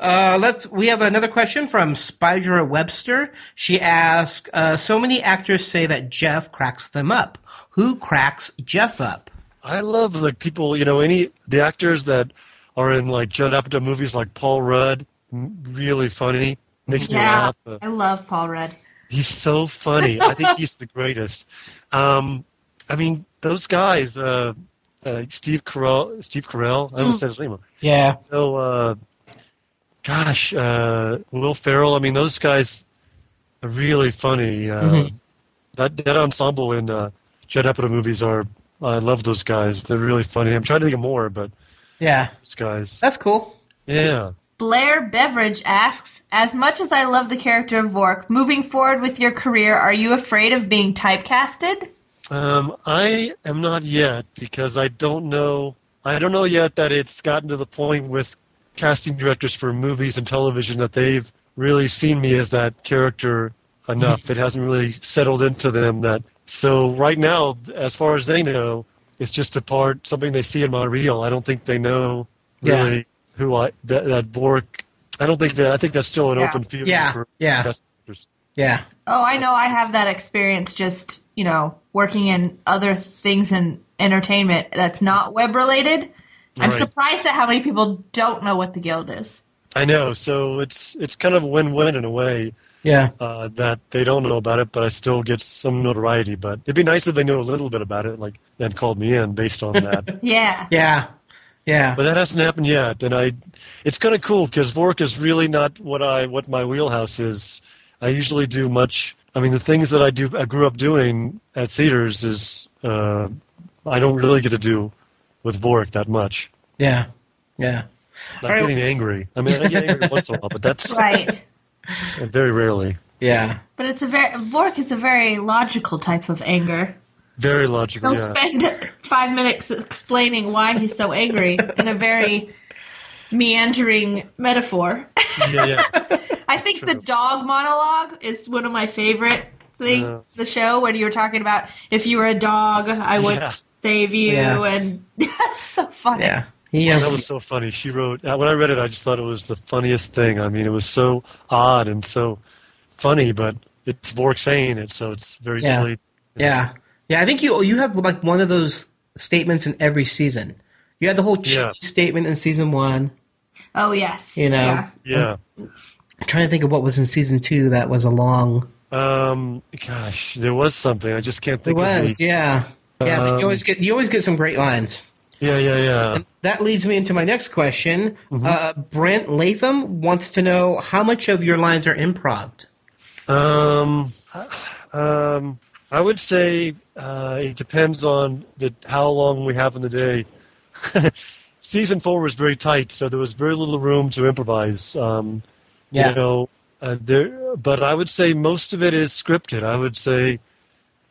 Speaker 9: Uh, let's. We have another question from Spider Webster. She asks, uh, "So many actors say that Jeff cracks them up. Who cracks Jeff up?"
Speaker 1: I love like people, you know, any the actors that are in like Judd Apatow movies, like Paul Rudd, m- really funny. Makes me
Speaker 10: Yeah.
Speaker 1: laugh. Uh,
Speaker 10: I love Paul Rudd.
Speaker 1: He's so funny. I think he's the greatest. Um, I mean, those guys, uh, uh, Steve Carell, Steve Carell. I almost said his name.
Speaker 9: Yeah,
Speaker 1: So, uh, gosh, uh, Will Ferrell. I mean, those guys are really funny. Uh,
Speaker 9: Mhm.
Speaker 1: That that ensemble in uh, Judd Apatow movies are. I love those guys. They're really funny. I'm trying to think of more, but
Speaker 9: yeah,
Speaker 1: those guys.
Speaker 9: that's cool.
Speaker 1: Yeah.
Speaker 10: Blair Beveridge asks, "As much as I love the character of Vork, moving forward with your career, are you afraid of being typecasted?"
Speaker 1: Um, I am not yet because I don't know. I don't know yet that it's gotten to the point with casting directors for movies and television that they've really seen me as that character enough. it hasn't really settled into them that. So right now, as far as they know, it's just a part something they see in my reel. I don't think they know
Speaker 9: Yeah.
Speaker 1: really who I that, that Bork. I don't think that. I think that's still an
Speaker 10: Yeah.
Speaker 1: open field
Speaker 9: Yeah,
Speaker 1: for
Speaker 9: yeah.
Speaker 1: casting directors.
Speaker 9: Yeah,
Speaker 10: Oh, I know. I have that experience. Just you know, working in other things in entertainment that's not web related. I'm
Speaker 1: Right.
Speaker 10: surprised at how many people don't know what the guild is.
Speaker 1: I know. So it's it's kind of a win-win in a way.
Speaker 9: yeah,
Speaker 1: uh, that they don't know about it, but I still get some notoriety. But it'd be nice if they knew a little bit about it, like and called me in based on that.
Speaker 10: Yeah.
Speaker 9: yeah, yeah.
Speaker 1: but that hasn't happened yet, and I, it's kind of cool because Vork is really not what I what my wheelhouse is. I usually do much I mean, the things that I do, I grew up doing at theaters is uh, I don't really get to do with Vork that much.
Speaker 9: Yeah, yeah.
Speaker 1: I'm getting angry. I mean, I get angry once in a while, but that's
Speaker 10: Right.
Speaker 1: very rarely.
Speaker 9: Yeah.
Speaker 10: But it's a very Vork is a very logical type of anger.
Speaker 1: Very logical.
Speaker 10: He'll
Speaker 1: Yeah.
Speaker 10: spend five minutes explaining why he's so angry in a very meandering metaphor.
Speaker 1: yeah, yeah.
Speaker 10: I think the dog monologue is one of my favorite things. The show when you were talking about if you were a dog, I would
Speaker 1: Yeah.
Speaker 10: save you,
Speaker 1: Yeah.
Speaker 10: and that's so funny.
Speaker 1: Yeah,
Speaker 9: um,
Speaker 1: that was so funny. She wrote uh, when I read it, I just thought it was the funniest thing. I mean, it was so odd and so funny, but it's Bork saying it, so it's very
Speaker 9: Yeah.
Speaker 1: silly.
Speaker 9: Yeah, yeah. I think you you have like one of those statements in every season. You had the whole cheese statement in season one.
Speaker 10: Oh yes,
Speaker 9: You know,
Speaker 10: Yeah.
Speaker 1: Yeah.
Speaker 9: I'm trying to think of what was in season two that was a long.
Speaker 1: Um, gosh, there was something I just can't
Speaker 9: It
Speaker 1: think of.
Speaker 9: was,
Speaker 1: the-
Speaker 9: yeah, yeah. but you
Speaker 1: Um,
Speaker 9: always get you always get some great lines.
Speaker 1: Yeah, yeah, yeah.
Speaker 9: That leads me into my next question. Uh, Brent Latham wants to know how much of your lines are improv.
Speaker 1: Um, um, I would say uh, it depends on the how long we have in the day. Season four was very tight, so there was very little room to improvise. Um,
Speaker 9: Yeah.
Speaker 1: You know, uh, there, but I would say most of it is scripted. I would say,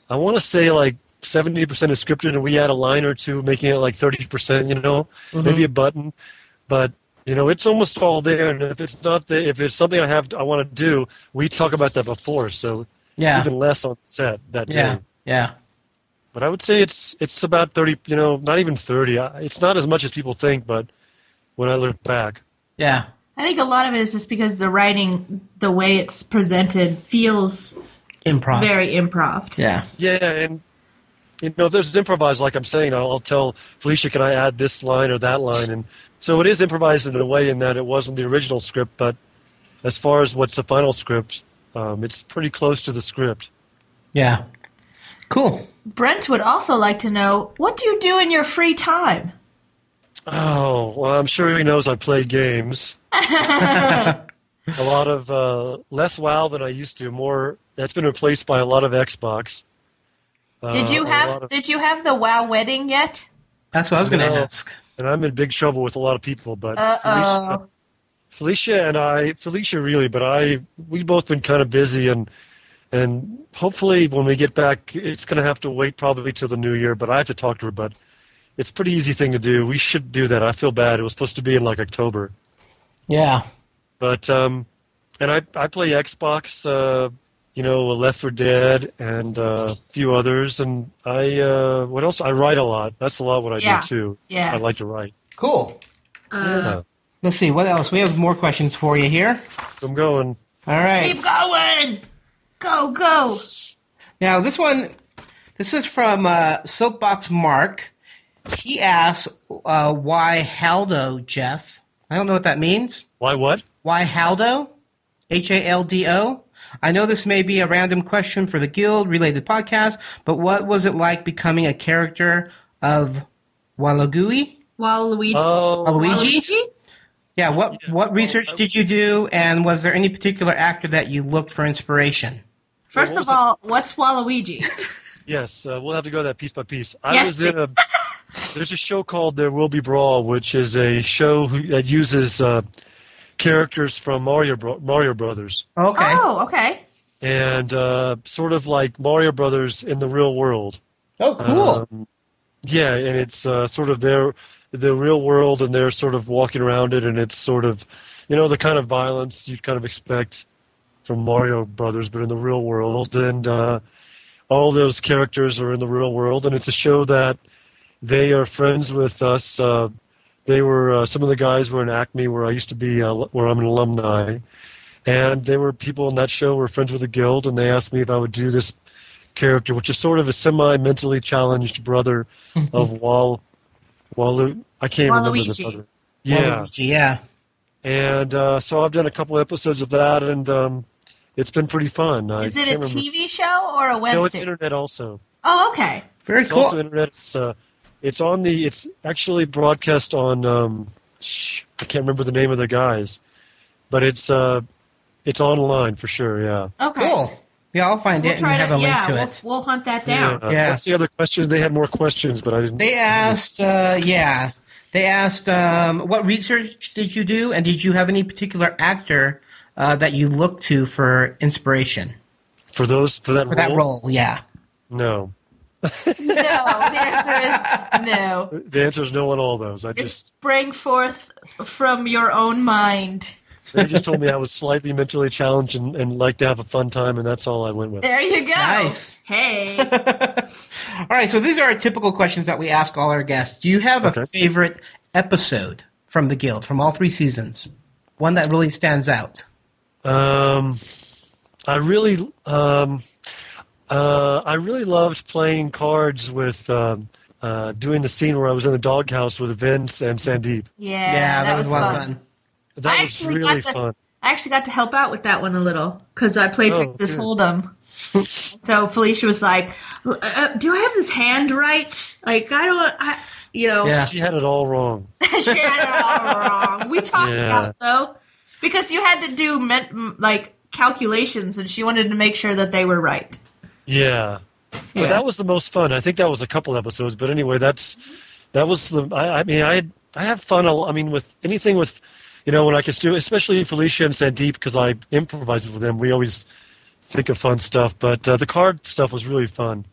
Speaker 1: I want to say like seventy percent is scripted, and we add a line or two, making it like thirty percent. You know,
Speaker 9: Mhm.
Speaker 1: maybe a button, but you know, it's almost all there. And if it's not, the, if it's something I have, to, I want to do, we talk about that before, so
Speaker 9: Yeah.
Speaker 1: it's even less on set that
Speaker 9: Yeah,
Speaker 1: day.
Speaker 9: yeah,
Speaker 1: But I would say it's it's about thirty. You know, not even thirty. I- It's not as much as people think, but when I look back,
Speaker 9: yeah.
Speaker 10: I think a lot of it is just because the writing, the way it's presented, feels
Speaker 9: Improv.
Speaker 10: very improv.
Speaker 9: Yeah.
Speaker 1: Yeah, and you know, there's improvised. Like I'm saying, I'll, I'll tell Felicia, can I add this line or that line? And so it is improvised in a way in that it wasn't the original script, but as far as what's the final script, um, it's pretty close to the script.
Speaker 9: Yeah. Cool.
Speaker 10: Brent would also like to know what do you do in your free time?
Speaker 1: Oh, well, I'm sure he knows I play games. a lot of uh, less WoW than I used to. More that's been replaced by a lot of Xbox. Uh,
Speaker 10: did
Speaker 1: a
Speaker 10: you
Speaker 1: lot
Speaker 10: have
Speaker 1: of-
Speaker 10: Did you have the wow wedding yet?
Speaker 9: That's what I was going to
Speaker 1: No.
Speaker 9: ask.
Speaker 1: And I'm in big trouble with a lot of people, but
Speaker 10: Uh
Speaker 1: Felicia,
Speaker 10: oh.
Speaker 1: Felicia and I, Felicia really, but I, we've both been kind of busy, and and hopefully when we get back, it's going to have to wait probably till the new year. But I have to talk to her. But it's a pretty easy thing to do. We should do that. I feel bad. It was supposed to be in like October,
Speaker 9: Yeah.
Speaker 1: but um, and I I play Xbox, uh, you know, Left for Dead and uh, a few others, and I uh, what else? I write a lot. That's a lot what I
Speaker 10: Yeah.
Speaker 1: do too.
Speaker 10: Yeah.
Speaker 1: I like to write.
Speaker 9: Cool.
Speaker 10: Uh,
Speaker 9: Let's see what else. We have more questions for you here.
Speaker 1: I'm going.
Speaker 9: All right.
Speaker 10: Keep going. Go go.
Speaker 9: Now this one, this is from uh, Soapbox Mark. He asks uh, why Haldo, Jeff. I don't know what that means.
Speaker 1: Why what?
Speaker 9: Why Haldo? H A L D O. I know this may be a random question for the guild related podcast, but what was it like becoming a character of Walagui?
Speaker 10: Waluigi.
Speaker 1: Oh.
Speaker 9: Waluigi?
Speaker 10: Waluigi?
Speaker 9: Yeah, what what research did you do and was there any particular actor that you looked for inspiration?
Speaker 10: First
Speaker 1: What
Speaker 10: of
Speaker 1: was
Speaker 10: all, what's Waluigi?
Speaker 1: Yes, uh, we'll have to go that piece by piece. I
Speaker 10: Yes,
Speaker 1: was in a. There's a show called There Will Be Brawl, which is a show who, that uses uh, characters from Mario Bro- Mario Brothers,
Speaker 9: Okay.
Speaker 10: Oh, okay.
Speaker 1: and uh, sort of like Mario Brothers in the real world.
Speaker 9: Oh, cool.
Speaker 1: Um, yeah, and it's uh, sort of their the real world, and they're sort of walking around it, and it's sort of, you know, the kind of violence you'd kind of expect from Mario Brothers, but in the real world, and uh, all those characters are in the real world, and it's a show that they are friends with us. Uh, they were uh, some of the guys were in Acme, where I used to be, uh, where I'm an alumni, and they were people in that show were friends with the guild, and they asked me if I would do this character, which is sort of a semi mentally challenged brother of Wal Walu. I can't remember this
Speaker 10: Waluigi.
Speaker 1: other. Yeah,
Speaker 9: Waluigi, yeah.
Speaker 1: and uh, so I've done a couple episodes of that, and um, it's been pretty fun. I
Speaker 10: Is it a
Speaker 1: can't remember-
Speaker 10: TV show or a web
Speaker 1: No, it's
Speaker 10: series?
Speaker 1: internet also.
Speaker 10: Oh, okay.
Speaker 9: Very
Speaker 1: It's
Speaker 9: cool.
Speaker 1: also internet. It's, uh, it's on the. It's actually broadcast on. Um, sh- I can't remember the name of the guys, but it's uh, it's online for sure. Yeah.
Speaker 10: Okay.
Speaker 9: cool. Yeah, I'll find
Speaker 8: We'll
Speaker 9: it and
Speaker 8: try
Speaker 9: have a
Speaker 8: to,
Speaker 9: link
Speaker 8: yeah,
Speaker 9: to
Speaker 8: we'll,
Speaker 9: it.
Speaker 8: we'll hunt that down.
Speaker 1: Yeah,
Speaker 9: Yeah.
Speaker 1: That's the other question. They had more questions, but I didn't.
Speaker 9: They asked, uh, yeah, they asked, um, what research did you do, and did you have any particular actor uh, that you looked to for inspiration
Speaker 1: for those for that
Speaker 9: for that role? Yeah.
Speaker 1: No,
Speaker 8: No, the answer is no.
Speaker 1: the answer is no on all those. I just
Speaker 8: Spring forth from your own mind.
Speaker 1: they just told me I was slightly mentally challenged and, and liked to have a fun time, and that's all I went with.
Speaker 8: There you go.
Speaker 9: Nice.
Speaker 8: Hey.
Speaker 9: All right, so these are our typical questions that we ask all our guests. Do you have a favorite episode from the Guild from all three seasons? One that really stands out.
Speaker 1: Um, I really, um, uh, I really loved playing cards with um, uh, doing the scene where I was in the doghouse with Vince and Sandeep.
Speaker 8: Yeah,
Speaker 9: Yeah,
Speaker 8: that,
Speaker 9: that
Speaker 8: was,
Speaker 9: was one
Speaker 8: fun.
Speaker 9: fun.
Speaker 1: That
Speaker 8: I
Speaker 1: was
Speaker 8: actually got
Speaker 1: really
Speaker 8: the-
Speaker 1: fun.
Speaker 8: I actually got to help out with that one a little because I played
Speaker 1: Oh,
Speaker 8: Texas
Speaker 1: good.
Speaker 8: Hold'em. so Felicia was like, uh, "Do I have this hand right? Like I don't, I, you know,
Speaker 9: Yeah.
Speaker 1: She had it all wrong.
Speaker 8: she had it all wrong." We talked
Speaker 1: Yeah.
Speaker 8: about it, though because you had to do men- m- like calculations, and she wanted to make sure that they were right.
Speaker 1: Yeah.
Speaker 8: Yeah.
Speaker 1: But that was the most fun. I think that was a couple episodes, but anyway, that's that was the. I, I mean, I had- I have fun. a- I mean, with anything with, you know, when I could do, especially Felicia and Sandeep, because I improvised with them. We always think of fun stuff, but uh, the card stuff was really fun.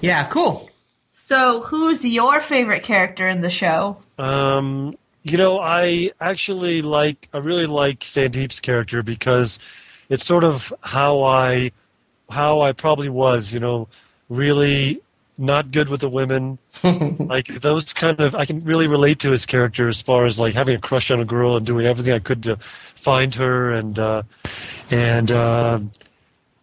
Speaker 9: Yeah, cool.
Speaker 8: So, who's your favorite character in the show?
Speaker 1: Um, you know, I actually like. I really like Sandeep's character because it's sort of how I how I probably was. You know, really not good with the women. like those kind of I can really relate to his character as far as like having a crush on a girl and doing everything I could to find her and uh, and uh,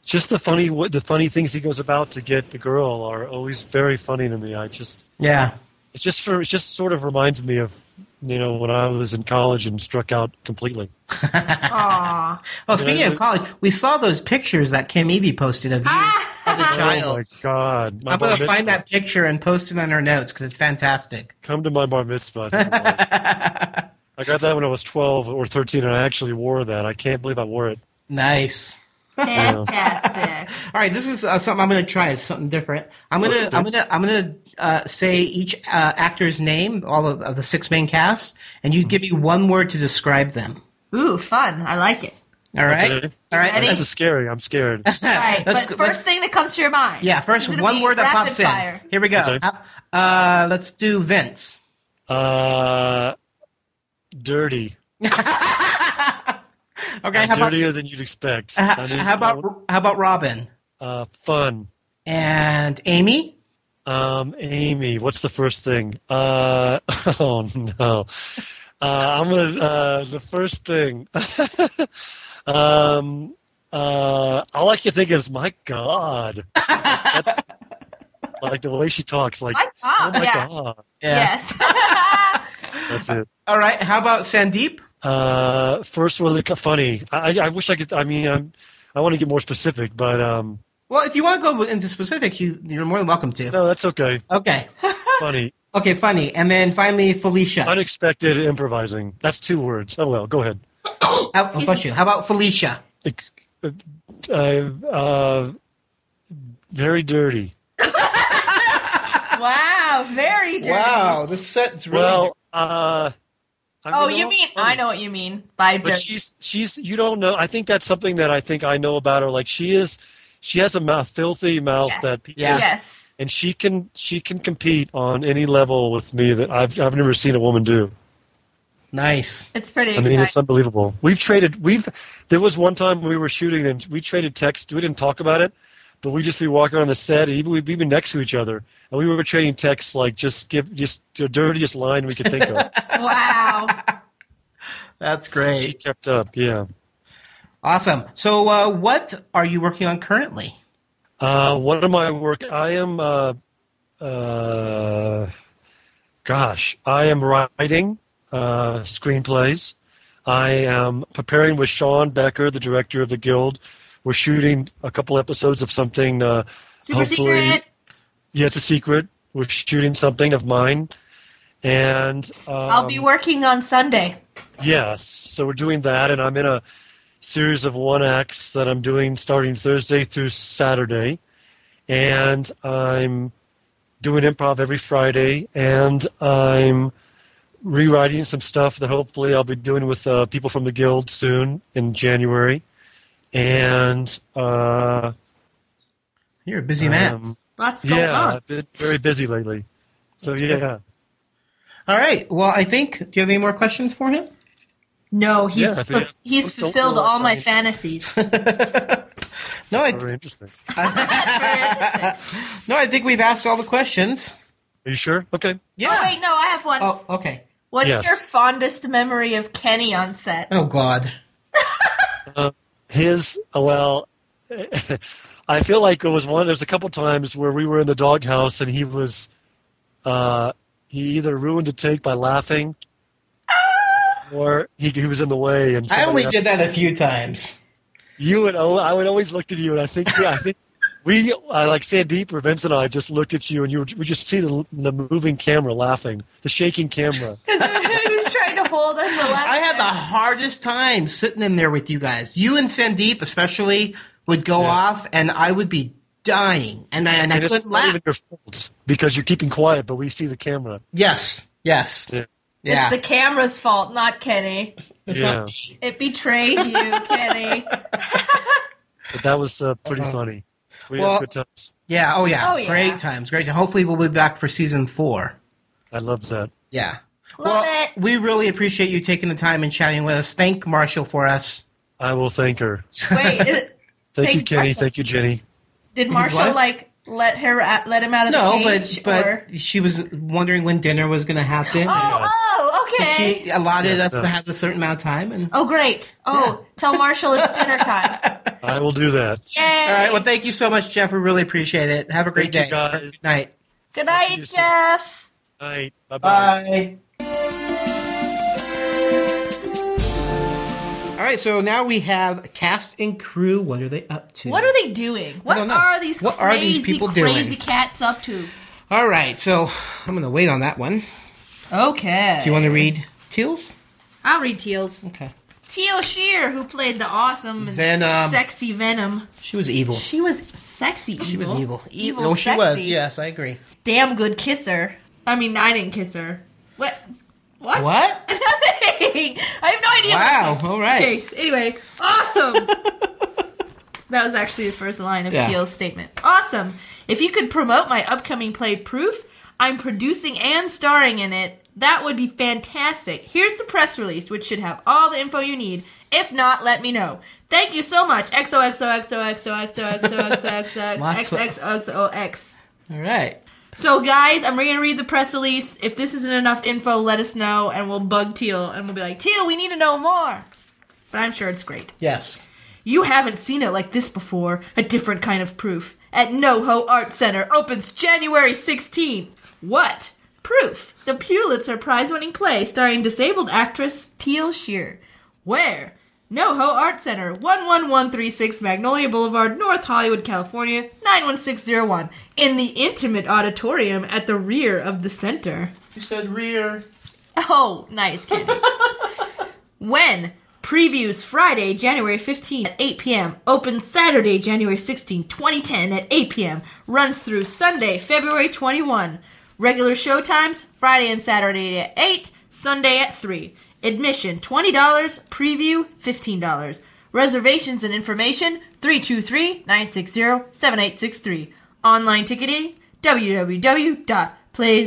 Speaker 1: just the funny what the funny things he goes about to get the girl are always very funny to me. I just
Speaker 9: Yeah. Oh,
Speaker 1: it's just for it just sort of reminds me of you know when I was in college and struck out completely.
Speaker 8: Aw,
Speaker 9: Oh, speaking
Speaker 1: Yeah,
Speaker 9: of college, we saw those pictures that Kim Eby posted of you
Speaker 8: Ah!
Speaker 9: as a
Speaker 1: Oh
Speaker 9: child.
Speaker 1: my god! My
Speaker 9: I'm
Speaker 1: bar
Speaker 9: going to
Speaker 1: mitzvah.
Speaker 9: find that picture and post it on our notes because it's fantastic.
Speaker 1: Come to my bar mitzvah. I, think it was. I got that when I was 12 or 13, and I actually wore that. I can't believe I wore it.
Speaker 9: Nice.
Speaker 8: fantastic!
Speaker 9: All right, this is uh, something I'm going to try. It's something different. I'm going to I'm going to I'm going to uh, say each uh, actor's name, all of, of the six main casts, and you give me one word to describe them.
Speaker 8: Ooh, fun! I like it.
Speaker 9: All right.
Speaker 1: Okay.
Speaker 9: All right.
Speaker 8: Ready?
Speaker 1: This
Speaker 9: let's-
Speaker 1: is scary. I'm scared.
Speaker 8: Right,
Speaker 9: Let's-
Speaker 8: but 1st
Speaker 9: let's-
Speaker 8: thing that comes to your mind.
Speaker 9: yeah, first
Speaker 8: It's gonna
Speaker 9: one
Speaker 8: be
Speaker 9: word that
Speaker 8: rapid
Speaker 9: pops
Speaker 8: fire.
Speaker 9: in. Here we go.
Speaker 1: Okay.
Speaker 9: Uh, Uh, let's do Vince.
Speaker 1: Uh, dirty.
Speaker 9: Okay. How about,
Speaker 1: dirtier than you'd expect.
Speaker 9: uh,
Speaker 1: I mean,
Speaker 9: how about how about Robin
Speaker 1: uh, fun?
Speaker 9: and Amy?
Speaker 1: Um, Amy, what's the first thing? Uh, oh no. Uh, I'm gonna uh, the first thing. um, uh, all I can think is my God. That's- like the way she talks, like
Speaker 8: My God,
Speaker 1: oh my
Speaker 8: yeah.
Speaker 1: God.
Speaker 8: Yes.
Speaker 1: That's it.
Speaker 9: All right. How about Sandeep?
Speaker 1: Uh, first word, look funny. I, I wish I could. I mean, I'm, I want to get more specific, but um,
Speaker 9: Well, if you want to go into specifics, you you're more than welcome to.
Speaker 1: no, that's okay.
Speaker 9: Okay.
Speaker 1: Funny,
Speaker 9: Okay, funny. And then finally, Felicia.
Speaker 1: unexpected improvising. That's two words. Oh well, go ahead.
Speaker 9: How, oh, bless you. How about Felicia?
Speaker 1: Ex- uh, uh, very dirty.
Speaker 8: wow, very dirty.
Speaker 9: this set's
Speaker 1: Well, uh, I
Speaker 8: Oh,
Speaker 1: mean,
Speaker 8: you
Speaker 1: all
Speaker 8: mean
Speaker 1: funny.
Speaker 8: I know what you mean by
Speaker 1: But
Speaker 8: dirty.
Speaker 1: she's she's you don't know. I think that's something that I think I know about her. Like she is, she has a mouth, filthy mouth
Speaker 8: Yes.
Speaker 1: that people,
Speaker 9: yeah.
Speaker 8: Yes.
Speaker 1: and she can she can compete on any level with me that I've I've never seen a woman do.
Speaker 9: nice.
Speaker 8: It's pretty
Speaker 1: I
Speaker 8: exciting.
Speaker 1: mean, it's unbelievable. We've traded. We've there was one time we were shooting and we traded texts. We didn't talk about it, but we just be walking on the set. and Even we'd be next to each other, and we were trading texts like just give just the dirtiest line we could think of.
Speaker 8: wow.
Speaker 9: That's
Speaker 1: She
Speaker 9: great.
Speaker 1: kept up. Yeah.
Speaker 9: Awesome. So, uh, what are you working on currently?
Speaker 1: Uh, one of my work. I am. Uh, uh, gosh, I am writing uh, screenplays. I am preparing with Sean Becker, the director of the Guild. We're shooting a couple episodes of something. Uh,
Speaker 8: Super
Speaker 1: Hopefully-
Speaker 8: secret.
Speaker 1: Yeah, it's a secret. We're shooting something of mine, and um,
Speaker 8: I'll be working on Sunday.
Speaker 1: yes. So we're doing that, and I'm in a series of one acts that I'm doing starting Thursday through Saturday, and I'm doing improv every Friday, and I'm rewriting some stuff that hopefully I'll be doing with uh, people from the guild soon in January, and uh,
Speaker 9: you're a busy man. Um,
Speaker 10: Lots going
Speaker 1: yeah,
Speaker 10: on.
Speaker 1: I've been very busy lately. So yeah,
Speaker 9: All right. Well, I think. Do you have any more questions for him?
Speaker 10: No, he's
Speaker 1: Yeah, I think-
Speaker 10: fu- he's
Speaker 1: Don't
Speaker 10: fulfilled
Speaker 1: know what
Speaker 10: all my
Speaker 1: I-
Speaker 10: fantasies.
Speaker 9: No, I,
Speaker 1: very interesting.
Speaker 9: no, I think we've asked all the questions.
Speaker 1: Are you sure? Okay.
Speaker 10: Oh
Speaker 9: Yeah.
Speaker 10: wait, no, I have one.
Speaker 9: Oh, okay.
Speaker 10: What's
Speaker 1: yes.
Speaker 10: your fondest memory of Kenny on set?
Speaker 9: Oh God.
Speaker 1: His well, I feel like it was one. There's a couple times where we were in the doghouse and he was, uh, he either ruined a take by laughing, or he, he was in the way. And
Speaker 9: Ah! I
Speaker 1: somebody
Speaker 9: only
Speaker 1: asked-
Speaker 9: did that a few times.
Speaker 1: You would. al- I would always looked at you, and I think I think we, I like Sandeep or Vince and I, just looked at you, and you would, we just see the, the moving camera laughing, the shaking camera.
Speaker 10: Because he was trying to hold us the last
Speaker 9: I had the hardest time sitting in there with you guys. You and Sandeep, especially, would go
Speaker 1: Yeah.
Speaker 9: off, and I would be dying, and I, and I
Speaker 1: and it's
Speaker 9: couldn't
Speaker 1: not
Speaker 9: laugh.
Speaker 1: even your fault because you're keeping quiet, but we see the camera.
Speaker 9: Yes, yes,
Speaker 1: Yeah.
Speaker 9: yeah.
Speaker 10: It's the camera's fault, not Kenny.
Speaker 9: It's
Speaker 1: yeah,
Speaker 9: not-
Speaker 10: It betrayed you, Kenny.
Speaker 1: but that was uh, pretty funny. We
Speaker 9: Uh-huh.
Speaker 1: had
Speaker 9: Well-
Speaker 1: good times.
Speaker 9: yeah, oh yeah,
Speaker 10: Oh, yeah.
Speaker 9: great times, great. Times. Hopefully, we'll be back for season four.
Speaker 1: I love that.
Speaker 9: Yeah.
Speaker 10: Love
Speaker 9: well,
Speaker 10: it.
Speaker 9: we really appreciate you taking the time and chatting with us. Thank Marshall for us.
Speaker 1: I will thank her.
Speaker 10: Wait, it-
Speaker 1: Thank, you,
Speaker 10: Thank
Speaker 1: Kenny.
Speaker 10: Marshall.
Speaker 1: Thank you, Jenny.
Speaker 10: did Marshall
Speaker 9: What?
Speaker 10: like let her out, let him out of
Speaker 9: No,
Speaker 10: the
Speaker 9: but
Speaker 10: cage? or-
Speaker 9: but she was wondering when dinner was going to happen.
Speaker 10: oh, oh,
Speaker 9: So
Speaker 10: okay.
Speaker 9: she allotted
Speaker 1: Yes,
Speaker 9: us
Speaker 1: uh,
Speaker 9: to have a certain amount of time. And
Speaker 10: Oh, great. Oh, tell Marshall it's dinner time.
Speaker 1: I will do that.
Speaker 10: Yay.
Speaker 9: all right, well, thank you so much, Jeff. We really appreciate it. Have a great
Speaker 1: Thank
Speaker 9: day.
Speaker 1: you, guys.
Speaker 9: Good night.
Speaker 10: Good
Speaker 1: Talk to
Speaker 10: night,
Speaker 1: you soon.
Speaker 10: Jeff.
Speaker 1: Night. Bye-bye.
Speaker 9: Bye. All right, so now we have cast and crew. What are they up to?
Speaker 8: What are they doing? What
Speaker 9: don't know.
Speaker 8: are these
Speaker 9: What are
Speaker 8: crazy,
Speaker 9: these people doing?
Speaker 8: crazy cats up to?
Speaker 9: All right, so I'm going to wait on that one.
Speaker 8: Okay.
Speaker 9: Do you want to read Teals?
Speaker 8: I'll read Teal's.
Speaker 9: Okay.
Speaker 8: Teal Shear, who played the awesome, and
Speaker 9: Venom.
Speaker 8: sexy Venom.
Speaker 9: She was evil.
Speaker 8: She was sexy. Evil.
Speaker 9: She was evil. E-
Speaker 8: Evil.
Speaker 9: No, she was.
Speaker 8: sexy.
Speaker 9: Yes, I agree.
Speaker 8: Damn good kisser. I mean, I didn't kiss her. What? What?
Speaker 9: What?
Speaker 8: Nothing. I have no idea. what
Speaker 9: Wow. All right.
Speaker 8: Okay, so anyway, awesome. that was actually the first line of
Speaker 9: Yeah.
Speaker 8: Teal's statement. Awesome. If you could promote my upcoming play Proof, I'm producing and starring in it. That would be fantastic. Here's the press release, which should have all the info you need. If not, let me know. Thank you so much.
Speaker 9: Lots of-
Speaker 8: XOXOXOXOXOXOXOXOXOX.
Speaker 9: All right.
Speaker 8: So, guys, I'm gonna read the press release. If this isn't enough info, let us know, and we'll bug Teal, and we'll be like, Teal, we need to know more. But I'm sure it's great.
Speaker 9: Yes.
Speaker 8: You haven't seen it like this before. A different kind of proof. At NoHo Art Center opens January 16th. What? Proof. The Pulitzer Prize winning play starring disabled actress Teal Shear. Where? NoHo Art Center, 11136 Magnolia Boulevard, North Hollywood, California, 91601. In the intimate auditorium at the rear of the center.
Speaker 9: You said rear.
Speaker 8: Oh, nice, Kenny. when? Previews Friday, January 15th at 8 p.m. Open Saturday, January 16th, 2010 at 8 p.m. Runs through Sunday, February 21. Regular show times Friday and Saturday at 8, Sunday at 3. Admission $20, preview $15. Reservations and information 323 960 7863. Online ticketing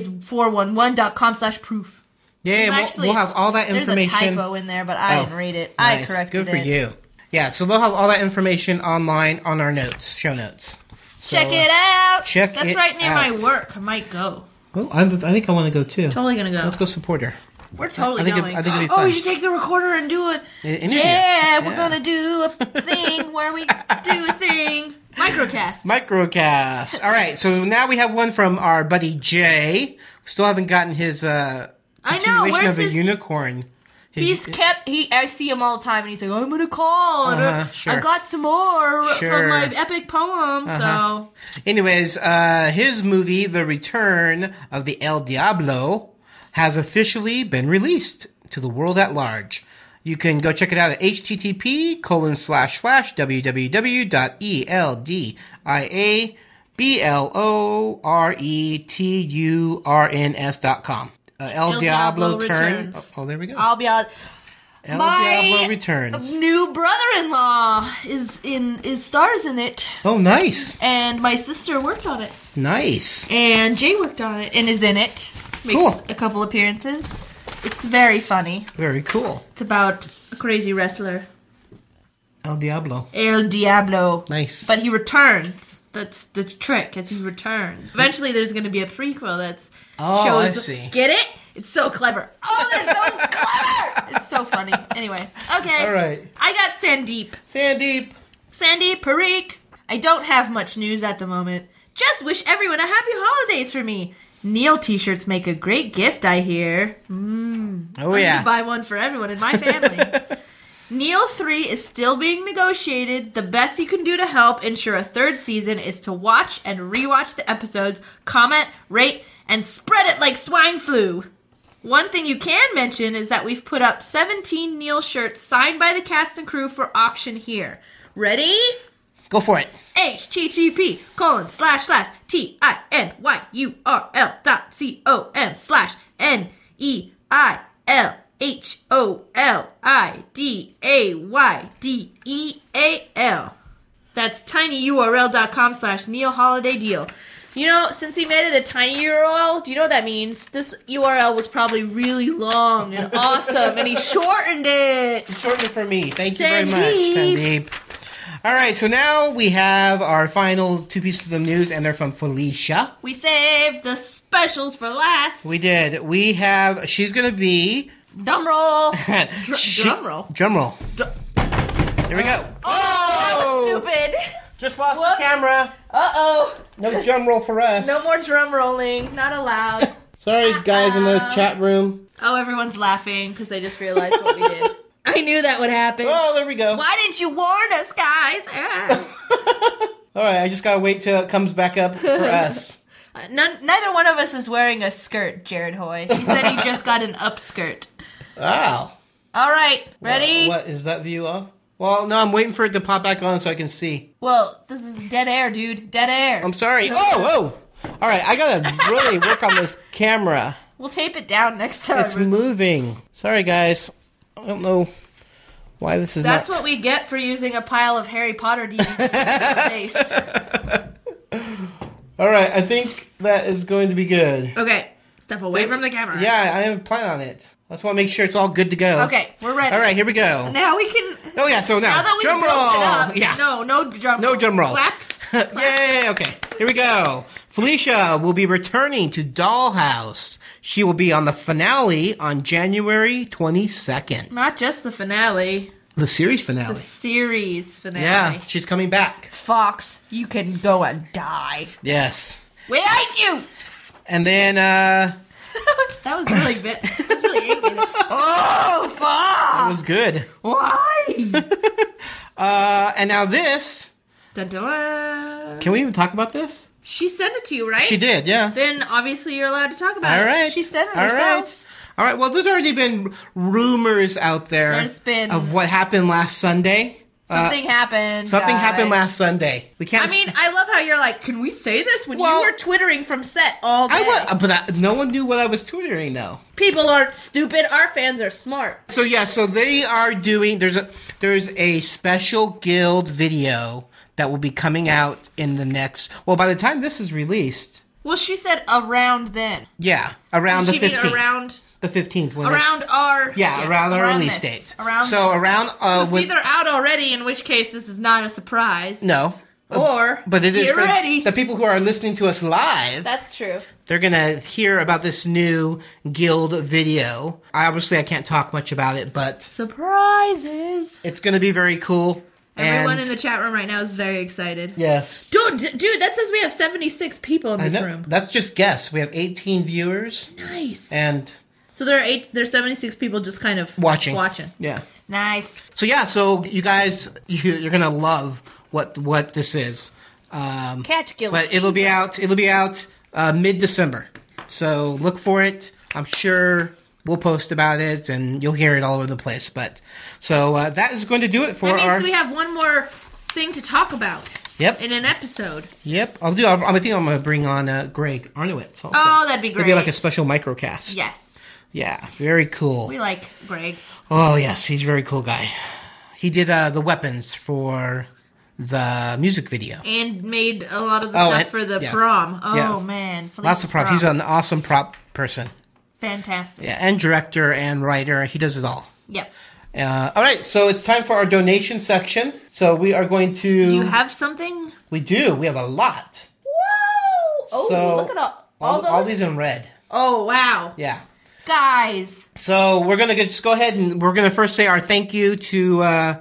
Speaker 8: www.plays411.com slash proof.
Speaker 9: Yeah, we'll,
Speaker 8: Actually,
Speaker 9: we'll have all that information.
Speaker 8: There's a typo in there, but I
Speaker 9: Oh,
Speaker 8: didn't read it. I
Speaker 9: Nice.
Speaker 8: corrected
Speaker 9: Good for
Speaker 8: it.
Speaker 9: you. Yeah, so they'll have all that information online on our notes, show notes. So,
Speaker 8: Check it out.
Speaker 9: check
Speaker 8: That's
Speaker 9: it
Speaker 8: right near
Speaker 9: out.
Speaker 8: my work. I might go.
Speaker 9: Oh, I'm, I think I want to go too.
Speaker 8: Totally gonna go.
Speaker 9: Let's go support her.
Speaker 8: We're totally
Speaker 9: I think it-
Speaker 8: going.
Speaker 9: I think it'd be
Speaker 8: Oh,
Speaker 9: fun.
Speaker 8: we should take the recorder and do it.
Speaker 9: I- interview.
Speaker 8: Yeah, we're
Speaker 9: Yeah.
Speaker 8: gonna do a thing where we do a thing. Microcast.
Speaker 9: Microcast. All right, so now we have one from our buddy Jay. Still haven't gotten his uh,
Speaker 8: I know.
Speaker 9: continuation
Speaker 8: Where's
Speaker 9: of the
Speaker 8: his?
Speaker 9: unicorn. His-
Speaker 8: He's kept. He. I see him all the time, and he's like, "I'm gonna call. and, uh,
Speaker 9: Uh-huh, sure.
Speaker 8: I got some more
Speaker 9: Sure. Uh-huh.
Speaker 8: from my epic poem." So
Speaker 9: Anyways, uh, his movie, The Return of the El Diablo, has officially been released to the world at large. You can go check it out at http colon slash slash E E www.eldiabloreturns dot com. Uh, El,
Speaker 5: El
Speaker 9: Diablo,
Speaker 5: Diablo
Speaker 9: Turn. Oh,
Speaker 5: Returns.
Speaker 9: oh, there we go.
Speaker 5: I'll be out.
Speaker 9: El
Speaker 8: My-
Speaker 9: Diablo Returns.
Speaker 8: New brother-in-law is in is stars in it,
Speaker 9: Oh, nice.
Speaker 8: and my sister worked on it,
Speaker 9: Nice.
Speaker 8: and Jay worked on it and is in it. Makes
Speaker 9: Cool.
Speaker 8: a couple appearances. It's very funny.
Speaker 9: Very cool.
Speaker 8: It's about a crazy wrestler,
Speaker 9: El Diablo.
Speaker 8: El Diablo.
Speaker 9: Nice.
Speaker 8: But he returns. That's the trick. Is he returns. Eventually, there's going to be a prequel that's
Speaker 9: Oh,
Speaker 8: shows.
Speaker 9: I see.
Speaker 8: Get it? It's so clever. Oh, they're so clever. It's so funny. Anyway, okay.
Speaker 9: All right.
Speaker 8: I got Sandeep.
Speaker 9: Sandeep.
Speaker 8: Sandy Parikh. I don't have much news at the moment. Just wish everyone a happy holidays for me. Neil t-shirts make a great gift, I hear. Mm.
Speaker 9: Oh,
Speaker 8: I need to
Speaker 9: yeah.
Speaker 8: buy one for everyone in my family. Neil 3 is still being negotiated. The best you can do to help ensure a third season is to watch and rewatch the episodes, comment, rate, and spread it like swine flu. One thing you can mention is that we've put up 17 Neil shirts signed by the cast and crew for auction here. Ready?
Speaker 9: Go for it.
Speaker 8: http colon slash slash t i n y u r l dot c o m slash n e i l h o l i d a y d e a l. That's tinyurl.com slash Neil Holiday Deal. You know, since he made it a tiny URL, do you know what that means? This URL was probably really long and awesome, and he shortened it.
Speaker 9: Shortened it for me. Thank you very much, Sandeep. All right, so now we have our final two pieces of news, and they're from Felicia.
Speaker 8: We saved the specials for last.
Speaker 9: We did. We have. She's gonna be.
Speaker 8: Drum roll.
Speaker 9: Dr-
Speaker 8: drum roll.
Speaker 9: Drum roll. Here we go.
Speaker 8: Oh, that was stupid.
Speaker 9: Just lost the camera.
Speaker 8: Uh oh.
Speaker 9: No drum roll for us.
Speaker 8: No more drum rolling. Not allowed.
Speaker 9: Sorry, guys in the
Speaker 8: Uh-uh.
Speaker 9: chat room.
Speaker 8: oh, everyone's laughing because they just realized what we did. I knew that would happen.
Speaker 9: Oh, there we go.
Speaker 8: Why didn't you warn us, guys? Ah.
Speaker 9: All right, I just gotta wait till it comes back up for us.
Speaker 8: None, neither one of us is wearing a skirt, Jared Hoy. He said he just got an upskirt.
Speaker 9: Wow.
Speaker 8: All right, ready?
Speaker 9: What is that view of? Well, no, I'm waiting for it to pop back on so I can see.
Speaker 8: Well, this is dead air, dude. Dead air.
Speaker 9: I'm sorry. Oh, oh. All right, I gotta really work on this camera.
Speaker 8: We'll tape it down next time.
Speaker 9: It's moving. Sorry, guys. I don't know why this is
Speaker 8: That's
Speaker 9: not.
Speaker 8: what we get for using a pile of Harry Potter DVDs in our face.
Speaker 9: All right, I think that is going to be good.
Speaker 8: Okay, step away from the camera.
Speaker 9: Yeah, I am planning on it. I just want to make sure it's all good to go.
Speaker 8: Okay, we're ready.
Speaker 9: All right, here we go.
Speaker 8: Now we can.
Speaker 9: Oh yeah, so now,
Speaker 8: Now that we've
Speaker 9: drum roll.
Speaker 8: broken up.
Speaker 9: Yeah.
Speaker 8: No, no drum.
Speaker 9: No drum roll.
Speaker 8: Clap.
Speaker 9: Yay! Okay, here we go. Felicia will be returning to Dollhouse. She will be on the finale on January 22nd,
Speaker 8: Not just the finale,
Speaker 9: the series
Speaker 8: the
Speaker 9: finale.
Speaker 8: series finale.
Speaker 9: Yeah, she's coming back.
Speaker 8: Fox, you can go and die.
Speaker 9: Yes.
Speaker 8: We hate you.
Speaker 9: And then, uh,
Speaker 8: That was really bit. That was really angry. Oh, Fox!
Speaker 9: that was good.
Speaker 8: Why?
Speaker 9: Uh, and now this.
Speaker 8: Dun, dun, dun.
Speaker 9: Can we even talk about this?
Speaker 8: She sent it to you, right?
Speaker 9: She did, yeah.
Speaker 8: Then obviously you're allowed to talk about
Speaker 9: All
Speaker 8: it.
Speaker 9: right.
Speaker 8: She sent it
Speaker 9: All
Speaker 8: herself.
Speaker 9: right. All right. Well, there's already been rumors out there
Speaker 8: There's been-
Speaker 9: of what happened last Sunday. Uh,
Speaker 8: Something happened.
Speaker 9: something happened
Speaker 8: guys.
Speaker 9: last Sunday. We can't.
Speaker 8: I mean,
Speaker 9: s-
Speaker 8: I love how you're like, can we say this when
Speaker 9: Well-
Speaker 8: you were twittering from set all day?
Speaker 9: I was, but I, no one knew what I was tutoring though.
Speaker 8: People aren't stupid. Our fans are smart.
Speaker 9: So yeah, so they are doing. There's a there's a special guild video that will be coming out in the next. Well, by the time this is released,
Speaker 8: Well, she said around then.
Speaker 9: yeah, around
Speaker 8: she
Speaker 9: the
Speaker 8: mean
Speaker 9: fifteenth.
Speaker 8: around
Speaker 9: the fifteenth.
Speaker 8: around our
Speaker 9: Yeah, around our release
Speaker 8: this.
Speaker 9: date.
Speaker 8: Around
Speaker 9: so
Speaker 8: this.
Speaker 9: around uh,
Speaker 8: it's
Speaker 9: when-
Speaker 8: either out already, in which case this is not a surprise.
Speaker 9: no, Uh,
Speaker 8: Or
Speaker 9: but it is
Speaker 8: get
Speaker 9: for
Speaker 8: ready.
Speaker 9: the people who are listening to us live.
Speaker 8: That's true.
Speaker 9: they're gonna hear about this new guild video. I obviously I can't talk much about it, but
Speaker 8: Surprises.
Speaker 9: it's gonna be very cool.
Speaker 8: Everyone
Speaker 9: and
Speaker 8: in the chat room right now is very excited.
Speaker 9: yes,
Speaker 8: Dude, d- dude, that says we have 76 people in
Speaker 9: I
Speaker 8: this
Speaker 9: know.
Speaker 8: room.
Speaker 9: That's just guess. We have 18 viewers
Speaker 8: Nice.
Speaker 9: and
Speaker 8: so there are eight. There's 76 people just kind of
Speaker 9: watching.
Speaker 8: Watching.
Speaker 9: Yeah.
Speaker 8: Nice.
Speaker 9: So yeah, so you guys, you, you're gonna love what what this is. Um,
Speaker 8: Catch Gillis.
Speaker 9: but it'll be out. It'll be out uh, mid December. So look for it. I'm sure We'll post about it, and you'll hear it all over the place. But so uh, that is going to do it for
Speaker 8: that means
Speaker 9: our.
Speaker 8: we have one more thing to talk about
Speaker 9: Yep.
Speaker 8: in an episode.
Speaker 9: Yep, I'll do. I'll, I think I'm going to bring on uh, Greg Arnowitz. Also.
Speaker 8: Oh, that'd be
Speaker 9: It'll be like a
Speaker 8: great.
Speaker 9: special microcast.
Speaker 8: Yes,
Speaker 9: Yeah, very cool.
Speaker 8: we like Greg.
Speaker 9: Oh yes, he's a very cool guy. He did uh, the weapons for the music video.
Speaker 8: and made a lot of the
Speaker 9: Oh,
Speaker 8: stuff
Speaker 9: and-
Speaker 8: for the
Speaker 9: yeah.
Speaker 8: prom. Oh
Speaker 9: Yeah.
Speaker 8: man,
Speaker 9: Lots of prop. He's an awesome prop person.
Speaker 8: fantastic.
Speaker 9: Yeah, and director and writer. He does it all.
Speaker 8: Yep.
Speaker 9: Uh, all right, so it's time for our donation section. So we are going to.
Speaker 8: You have something?
Speaker 9: we do. We have a lot.
Speaker 8: Whoa! Oh,
Speaker 9: So,
Speaker 8: look at all, all,
Speaker 9: All,
Speaker 8: those.
Speaker 9: all these in red.
Speaker 8: oh wow,
Speaker 9: Yeah.
Speaker 8: guys!
Speaker 9: So we're gonna go- just go ahead and we're gonna first say our thank you to uh,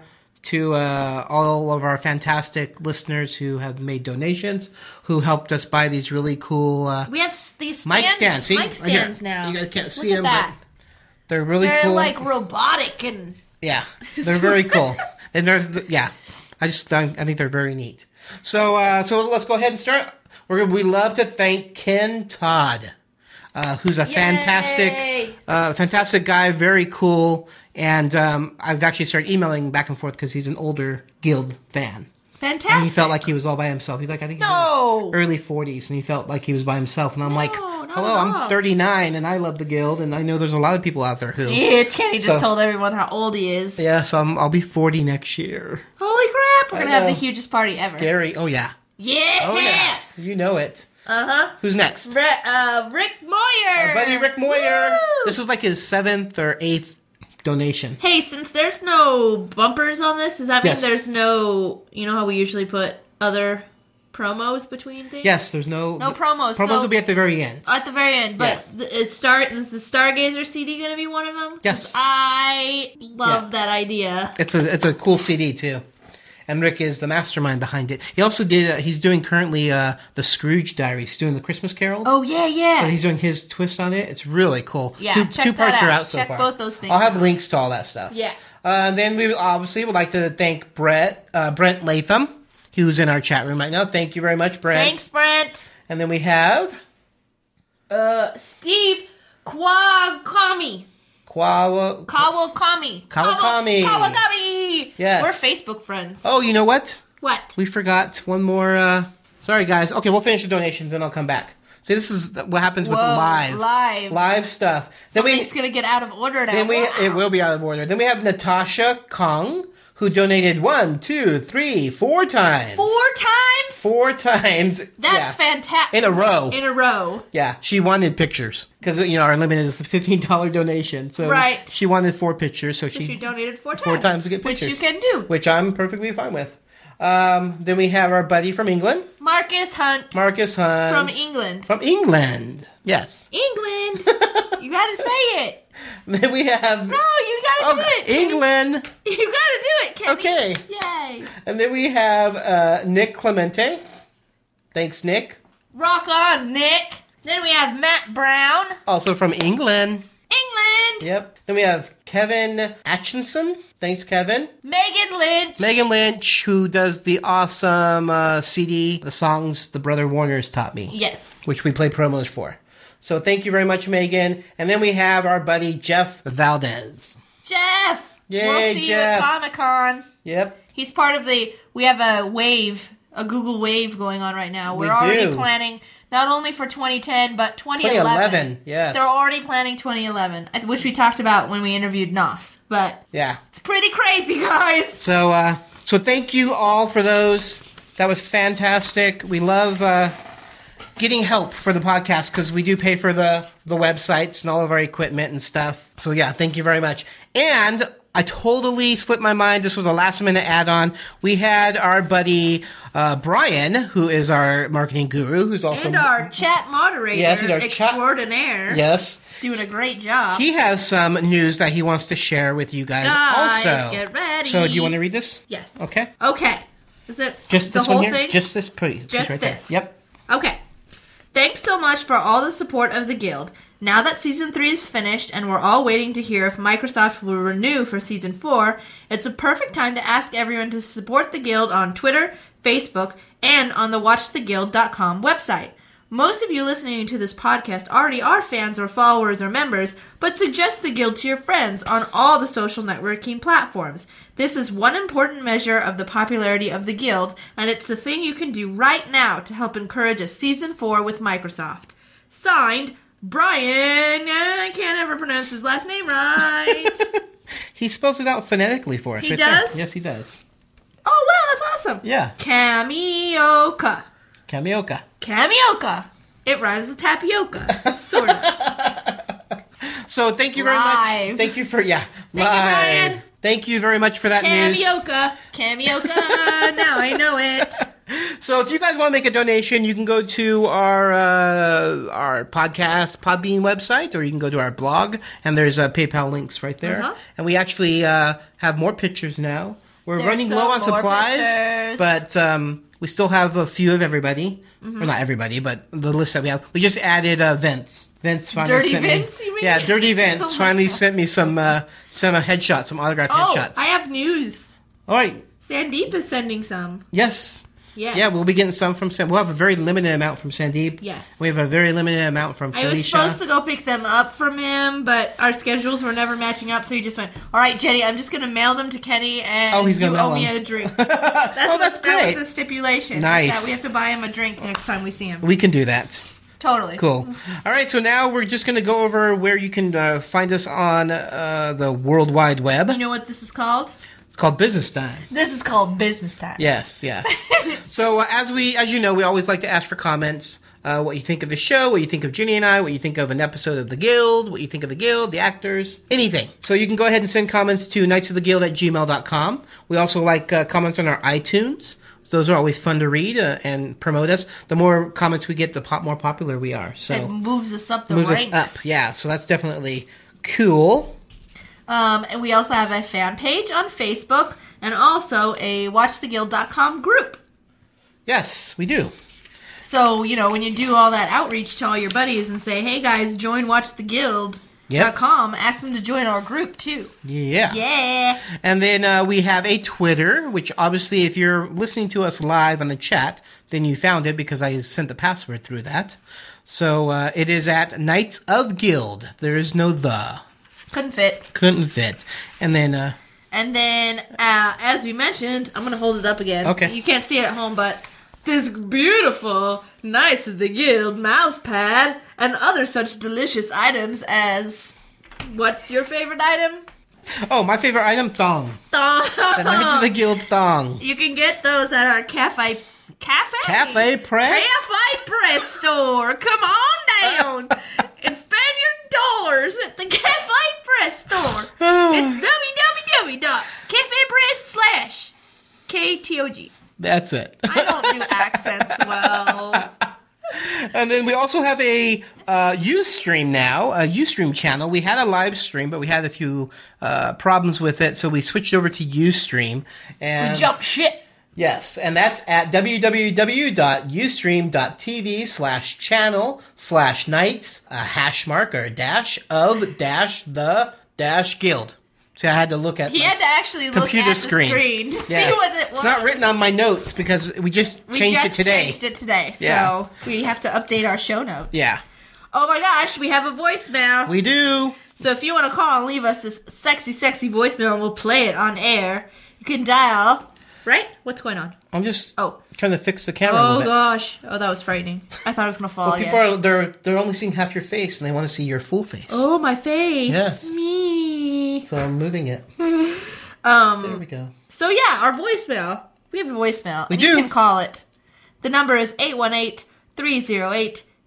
Speaker 9: to uh, all of our fantastic listeners who have made donations, who helped us buy these really cool uh,
Speaker 8: We have s- these stands,
Speaker 9: mic stands. See,
Speaker 8: mic
Speaker 9: Right here.
Speaker 8: stands now.
Speaker 9: You guys can't see
Speaker 8: look at
Speaker 9: them,
Speaker 8: that.
Speaker 9: but they're really
Speaker 8: They're
Speaker 9: cool.
Speaker 8: like robotic and
Speaker 9: yeah, they're very cool, and they're yeah. I just I think they're very neat. So uh, so let's go ahead and start. We're we love to thank Ken Todd, uh, who's a fantastic
Speaker 8: Yay!
Speaker 9: uh, fantastic guy, very cool. And um, I've actually started emailing back and forth because he's an older Guild fan.
Speaker 8: fantastic.
Speaker 9: And he felt like he was all by himself. He's like, I think he's
Speaker 8: No.
Speaker 9: in his early 40s, and he felt like he was by himself. And I'm like,
Speaker 8: not
Speaker 9: hello,
Speaker 8: at
Speaker 9: I'm
Speaker 8: all."
Speaker 9: 39, and I love the Guild, and I know there's a lot of people out there who.
Speaker 8: yeah, it's Kenny just
Speaker 9: So-
Speaker 8: told everyone how old he is.
Speaker 9: Yeah, so I'm, I'll be 40 next year.
Speaker 8: Holy crap! We're gonna have
Speaker 9: know.
Speaker 8: the hugest party ever.
Speaker 9: Scary. Oh, yeah.
Speaker 8: Yeah.
Speaker 9: Oh, yeah. You know it.
Speaker 8: Uh huh.
Speaker 9: Who's next?
Speaker 8: uh, Rick Moyer.
Speaker 9: Our buddy Rick Moyer.
Speaker 8: Woo!
Speaker 9: This is like his seventh or eighth donation.
Speaker 8: Hey, since there's no bumpers on this, does that mean
Speaker 9: Yes.
Speaker 8: there's no, you know how we usually put other promos between things?
Speaker 9: Yes, there's no.
Speaker 8: No promos,
Speaker 9: Promos
Speaker 8: so- Uh,
Speaker 9: will be at the very end.
Speaker 8: At the very end, but th- is Star is the Stargazer CD going to be one of them?
Speaker 9: Yes.
Speaker 8: I love
Speaker 9: Yeah.
Speaker 8: that idea.
Speaker 9: It's a it's a cool CD too, and Rick is the mastermind behind it. He also did. Uh, he's doing currently uh, the Scrooge Diaries. He's doing the Christmas Carol.
Speaker 8: Oh yeah, yeah.
Speaker 9: But he's doing his twist on it. It's really cool.
Speaker 8: Yeah,
Speaker 9: two,
Speaker 8: check
Speaker 9: two
Speaker 8: that
Speaker 9: parts are
Speaker 8: out.
Speaker 9: out so
Speaker 8: Check
Speaker 9: far.
Speaker 8: both those things
Speaker 9: I'll have
Speaker 8: out.
Speaker 9: links to all that stuff.
Speaker 8: Yeah.
Speaker 9: Uh, and then we obviously would like to thank Brett uh, Brent Latham, who's in our chat room right now. Thank you very much, Brent.
Speaker 8: Thanks, Brent.
Speaker 9: And then we have
Speaker 8: Uh, Steve Kwakami.
Speaker 9: Kwawa.
Speaker 8: Kawakami.
Speaker 9: Kawakami.
Speaker 8: Kawa- Kawakami.
Speaker 9: Yes.
Speaker 8: We're Facebook friends.
Speaker 9: oh, you know what?
Speaker 8: What?
Speaker 9: We forgot one more. Uh, sorry, guys. Okay, we'll finish the donations, then I'll come back. See, this is what happens with
Speaker 8: Whoa,
Speaker 9: live,
Speaker 8: live.
Speaker 9: live stuff. Then we,
Speaker 8: It's going to get out of order now.
Speaker 9: then we,
Speaker 8: Wow.
Speaker 9: it will be out of order. Then we have Natasha Kong, who donated one, two, three, four times,
Speaker 8: Four times?
Speaker 9: four times.
Speaker 8: That's
Speaker 9: yeah.
Speaker 8: fantastic.
Speaker 9: In a row.
Speaker 8: In a row.
Speaker 9: Yeah, she wanted pictures because you know our limit is the fifteen dollar donation. So
Speaker 8: Right.
Speaker 9: she wanted four pictures, so,
Speaker 8: So she donated four times.
Speaker 9: four times to get
Speaker 8: Which
Speaker 9: pictures,
Speaker 8: you can do.
Speaker 9: which I'm perfectly fine with. Um, then we have our buddy from England,
Speaker 8: Marcus Hunt
Speaker 9: Marcus Hunt
Speaker 8: from E- England.
Speaker 9: From England. Yes.
Speaker 8: England. you gotta say it.
Speaker 9: Then we have
Speaker 8: No, you gotta
Speaker 9: Oh,
Speaker 8: do it.
Speaker 9: England.
Speaker 8: You gotta do it, Kenny.
Speaker 9: Okay.
Speaker 8: Yay.
Speaker 9: And then we have uh, Nick Clemente. Thanks, Nick.
Speaker 8: Rock on, Nick. Then we have Matt Brown.
Speaker 9: Also from England.
Speaker 8: England.
Speaker 9: Yep. Then we have Kevin Atchinson. Thanks, Kevin.
Speaker 8: Megan Lynch.
Speaker 9: Megan Lynch, who does the awesome uh, CD, the songs the Brother Warners taught me,
Speaker 8: Yes.
Speaker 9: which we play promos for. So thank you very much, Megan. And then we have our buddy Jeff Valdez.
Speaker 8: Jeff.
Speaker 9: Yay,
Speaker 8: we'll see you at
Speaker 9: Jeff.
Speaker 8: Comic Con.
Speaker 9: Yep.
Speaker 8: He's part of the. We have a wave, a Google wave going on right now. We're
Speaker 9: We
Speaker 8: already
Speaker 9: do.
Speaker 8: planning not only for 2010 but 2011.
Speaker 9: 2011, yes.
Speaker 8: They're already planning 2011, I- which we talked about when we interviewed Nos. But
Speaker 9: Yeah.
Speaker 8: it's pretty crazy, guys.
Speaker 9: So, uh, so thank you all for those. That was fantastic. We love uh, getting help for the podcast because we do pay for the the websites and all of our equipment and stuff. So, yeah, thank you very much. And I totally slipped my mind. This was a last minute add on. We had our buddy uh, Brian, who is our marketing guru, who's also
Speaker 8: And our chat moderator
Speaker 9: Yes, he's our chat-
Speaker 8: extraordinaire,
Speaker 9: yes.
Speaker 8: doing a great job.
Speaker 9: He has some news that he wants to share with you guys,
Speaker 8: Guys,
Speaker 9: also.
Speaker 8: get ready.
Speaker 9: So, do you want to read this?
Speaker 8: yes.
Speaker 9: Okay.
Speaker 8: Okay. Is it
Speaker 9: Just
Speaker 8: the
Speaker 9: this
Speaker 8: whole
Speaker 9: one here?
Speaker 8: thing?
Speaker 9: Just this piece.
Speaker 8: Just
Speaker 9: right there.
Speaker 8: this.
Speaker 9: Yep.
Speaker 8: Okay. Thanks so much for all the support of the Guild. Now that season 3 is finished and we're all waiting to hear if Microsoft will renew for season 4, it's a perfect time to ask everyone to support the Guild on Twitter, Facebook, and on the WatchTheGuild.com website. Most of you listening to this podcast already are fans or followers or members, but suggest the guild to your friends on all the social networking platforms. This is one important measure of the popularity of the guild, and it's the thing you can do right now to help encourage a season 4 with Microsoft. Signed, Brian. I can't ever pronounce his last name right.
Speaker 9: He spells it out phonetically for us.
Speaker 8: He
Speaker 9: right there.
Speaker 8: does?
Speaker 9: Yes, he does.
Speaker 8: oh, wow, that's awesome.
Speaker 9: Yeah.
Speaker 8: Kamioka.
Speaker 9: Kamioka.
Speaker 8: Kamioka. It rhymes with tapioca. Sort of.
Speaker 9: So thank you very
Speaker 8: Live.
Speaker 9: much. Thank you for yeah. Thank
Speaker 8: you, Brian.
Speaker 9: Thank you very much for that news.
Speaker 8: Kamioka. Kamioka. now I know it.
Speaker 9: So if you guys want to make a donation, you can go to our uh, our podcast Podbean website, or you can go to our blog, and there's uh, PayPal links right there.
Speaker 8: Uh-huh.
Speaker 9: And we actually uh, have more pictures now. We're
Speaker 8: There's
Speaker 9: running
Speaker 8: some
Speaker 9: low on
Speaker 8: more
Speaker 9: supplies,
Speaker 8: pictures. Mm-hmm.
Speaker 9: but um, we still have a few of everybody. Well, not everybody, but the list that we have. We just added uh, Vince. Vince finally
Speaker 8: Dirty
Speaker 9: sent
Speaker 8: Vince,
Speaker 9: me.
Speaker 8: you mean?
Speaker 9: Yeah, Dirty Vince
Speaker 8: Oh my
Speaker 9: finally sent me some uh, some uh, headshots, some autographed
Speaker 8: Oh,
Speaker 9: headshots.
Speaker 8: I have news.
Speaker 9: All right.
Speaker 8: Sandeep is sending some.
Speaker 9: Yes.
Speaker 8: Yes.
Speaker 9: Yeah, we'll be getting some from Sam. We'll have a very limited amount from Sandeep.
Speaker 8: Yes.
Speaker 9: We have a very limited amount from
Speaker 8: I was
Speaker 9: Felicia.
Speaker 8: supposed to go pick them up from him, but our schedules were never matching up, so he just went, All right, Jenny, I'm just going to mail them to Kenny, and
Speaker 9: Oh, he's gonna
Speaker 8: you
Speaker 9: mail
Speaker 8: owe me
Speaker 9: them.
Speaker 8: a drink. That's, what,
Speaker 9: that's
Speaker 8: that
Speaker 9: great.
Speaker 8: was the stipulation. is
Speaker 9: Nice.
Speaker 8: That we have to buy him a drink next time we see him.
Speaker 9: we can do that.
Speaker 8: Totally.
Speaker 9: Cool. All right, so now we're just going to go over where you can uh, find us on uh, the World Wide Web.
Speaker 8: You know what this is called?
Speaker 9: It's called Business Time.
Speaker 8: This is called business time.
Speaker 9: Yes, yes. so uh, as we, as you know, we always like to ask for comments. Uh, what you think of the show, what you think of Ginny and I, what you think of an episode of The Guild, what you think of The Guild, the actors, anything. So you can go ahead and send comments to knightsoftheguild at gmail.com. We also like uh, comments on our iTunes. Those are always fun to read uh, and promote us. The more comments we get, the pop- more popular we are. So
Speaker 8: It moves us up the
Speaker 9: moves us
Speaker 8: ranks.
Speaker 9: up. Yeah, so that's definitely cool.
Speaker 8: Um, and we also have a fan page on Facebook and also a watchtheguild.com group.
Speaker 9: Yes, we do.
Speaker 8: So, you know, when you do all that outreach to all your buddies and say, hey guys, join watchtheguild.com, ask them to join our group too.
Speaker 9: Yeah.
Speaker 8: Yeah.
Speaker 9: And then uh, we have a Twitter, which obviously, if you're listening to us live on the chat, then you found it because I sent the password through that. So uh, it is at Knights of Guild. There is no the.
Speaker 8: Couldn't fit.
Speaker 9: Couldn't fit. And then, uh,
Speaker 8: And then, uh, as we mentioned, I'm going to hold it up again.
Speaker 9: Okay.
Speaker 8: You can't see it at home, but this beautiful Knights of the Guild mouse pad and other such delicious items as. What's your favorite item?
Speaker 9: oh, my favorite item, thong.
Speaker 8: Thong.
Speaker 9: The Knights of the Guild thong.
Speaker 8: You can get those at our cafe. Cafe?
Speaker 9: Cafe Press.
Speaker 8: Cafe Press store. Come on down and spam your dollars at the Cafe Press store. it's www dot cafe press slash KTOG.
Speaker 9: That's it.
Speaker 8: I don't do accents well.
Speaker 9: And then we also have a uh, Ustream now, a Ustream channel. We had a live stream, but we had a few uh, problems with it, so we switched over to Ustream. And
Speaker 8: Jump shit.
Speaker 9: yes, and that's at www.ustream.tv slash channel slash nights a hash mark or a dash of dash the dash guild. So I had to look at
Speaker 8: He
Speaker 9: my
Speaker 8: had to actually look
Speaker 9: computer
Speaker 8: at
Speaker 9: screen.
Speaker 8: the screen to
Speaker 9: Yes.
Speaker 8: see what it was.
Speaker 9: It's not written on my notes because we just
Speaker 8: we
Speaker 9: changed
Speaker 8: just
Speaker 9: it today.
Speaker 8: changed it today, so
Speaker 9: Yeah.
Speaker 8: we have to update our show notes.
Speaker 9: Yeah,
Speaker 8: Oh my gosh, we have a voicemail.
Speaker 9: we do.
Speaker 8: So if you want to call and leave us this sexy, sexy voicemail, and we'll play it on air. You can dial. Right? What's going on?
Speaker 9: I'm just
Speaker 8: Oh.
Speaker 9: trying to fix the camera. a little
Speaker 8: Oh
Speaker 9: bit.
Speaker 8: gosh. Oh, that was frightening. I thought I was gonna fall.
Speaker 9: Well, people
Speaker 8: yeah.
Speaker 9: are they're they're only seeing half your face, and they want to see your full face.
Speaker 8: Oh my face.
Speaker 9: Yes.
Speaker 8: Me.
Speaker 9: So I'm moving it. There
Speaker 8: Um.
Speaker 9: we go.
Speaker 8: So yeah, our voicemail. We have a voicemail.
Speaker 9: We
Speaker 8: and You
Speaker 9: do.
Speaker 8: can call it. The number is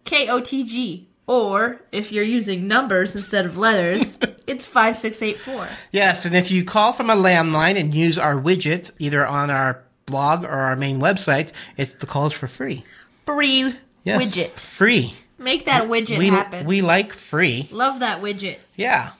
Speaker 8: 818-308-KOTG. Or if you're using numbers instead of letters, it's five six eight four.
Speaker 9: Yes, and if you call from a landline and use our widget, either on our blog or our main website, it's the calls for free.
Speaker 8: Free
Speaker 9: Yes,
Speaker 8: widget.
Speaker 9: free.
Speaker 8: Make that widget
Speaker 9: we
Speaker 8: happen.
Speaker 9: we like free.
Speaker 8: Love that widget.
Speaker 9: Yeah.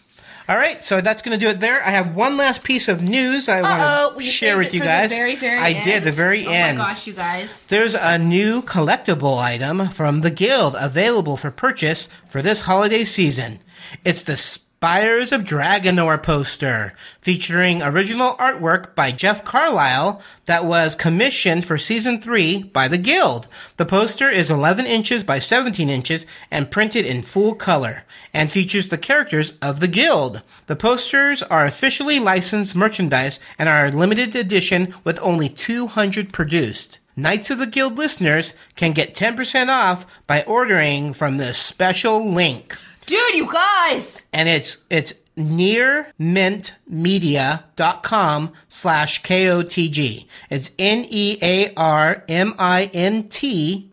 Speaker 9: All right, so that's going to do it there. I have one last piece of news I
Speaker 8: Uh-oh,
Speaker 9: want to
Speaker 8: we
Speaker 9: share
Speaker 8: saved
Speaker 9: with
Speaker 8: it
Speaker 9: you
Speaker 8: for
Speaker 9: guys.
Speaker 8: The very, very
Speaker 9: I did
Speaker 8: end.
Speaker 9: the very
Speaker 8: oh
Speaker 9: end.
Speaker 8: Oh my gosh, you guys!
Speaker 9: There's a new collectible item from the Guild available for purchase for this holiday season. It's the Buyers of Dragonor poster featuring original artwork by Jeff Carlisle that was commissioned for season 3 by the Guild. The poster is 11 inches by 17 inches and printed in full color and features the characters of the Guild. The posters are officially licensed merchandise and are limited edition with only 200 produced. Knights of the Guild listeners can get 10% off by ordering from this special link
Speaker 8: Dude, you guys!
Speaker 9: and it's it's nearmintmedia.com slash k-o-t-g it's E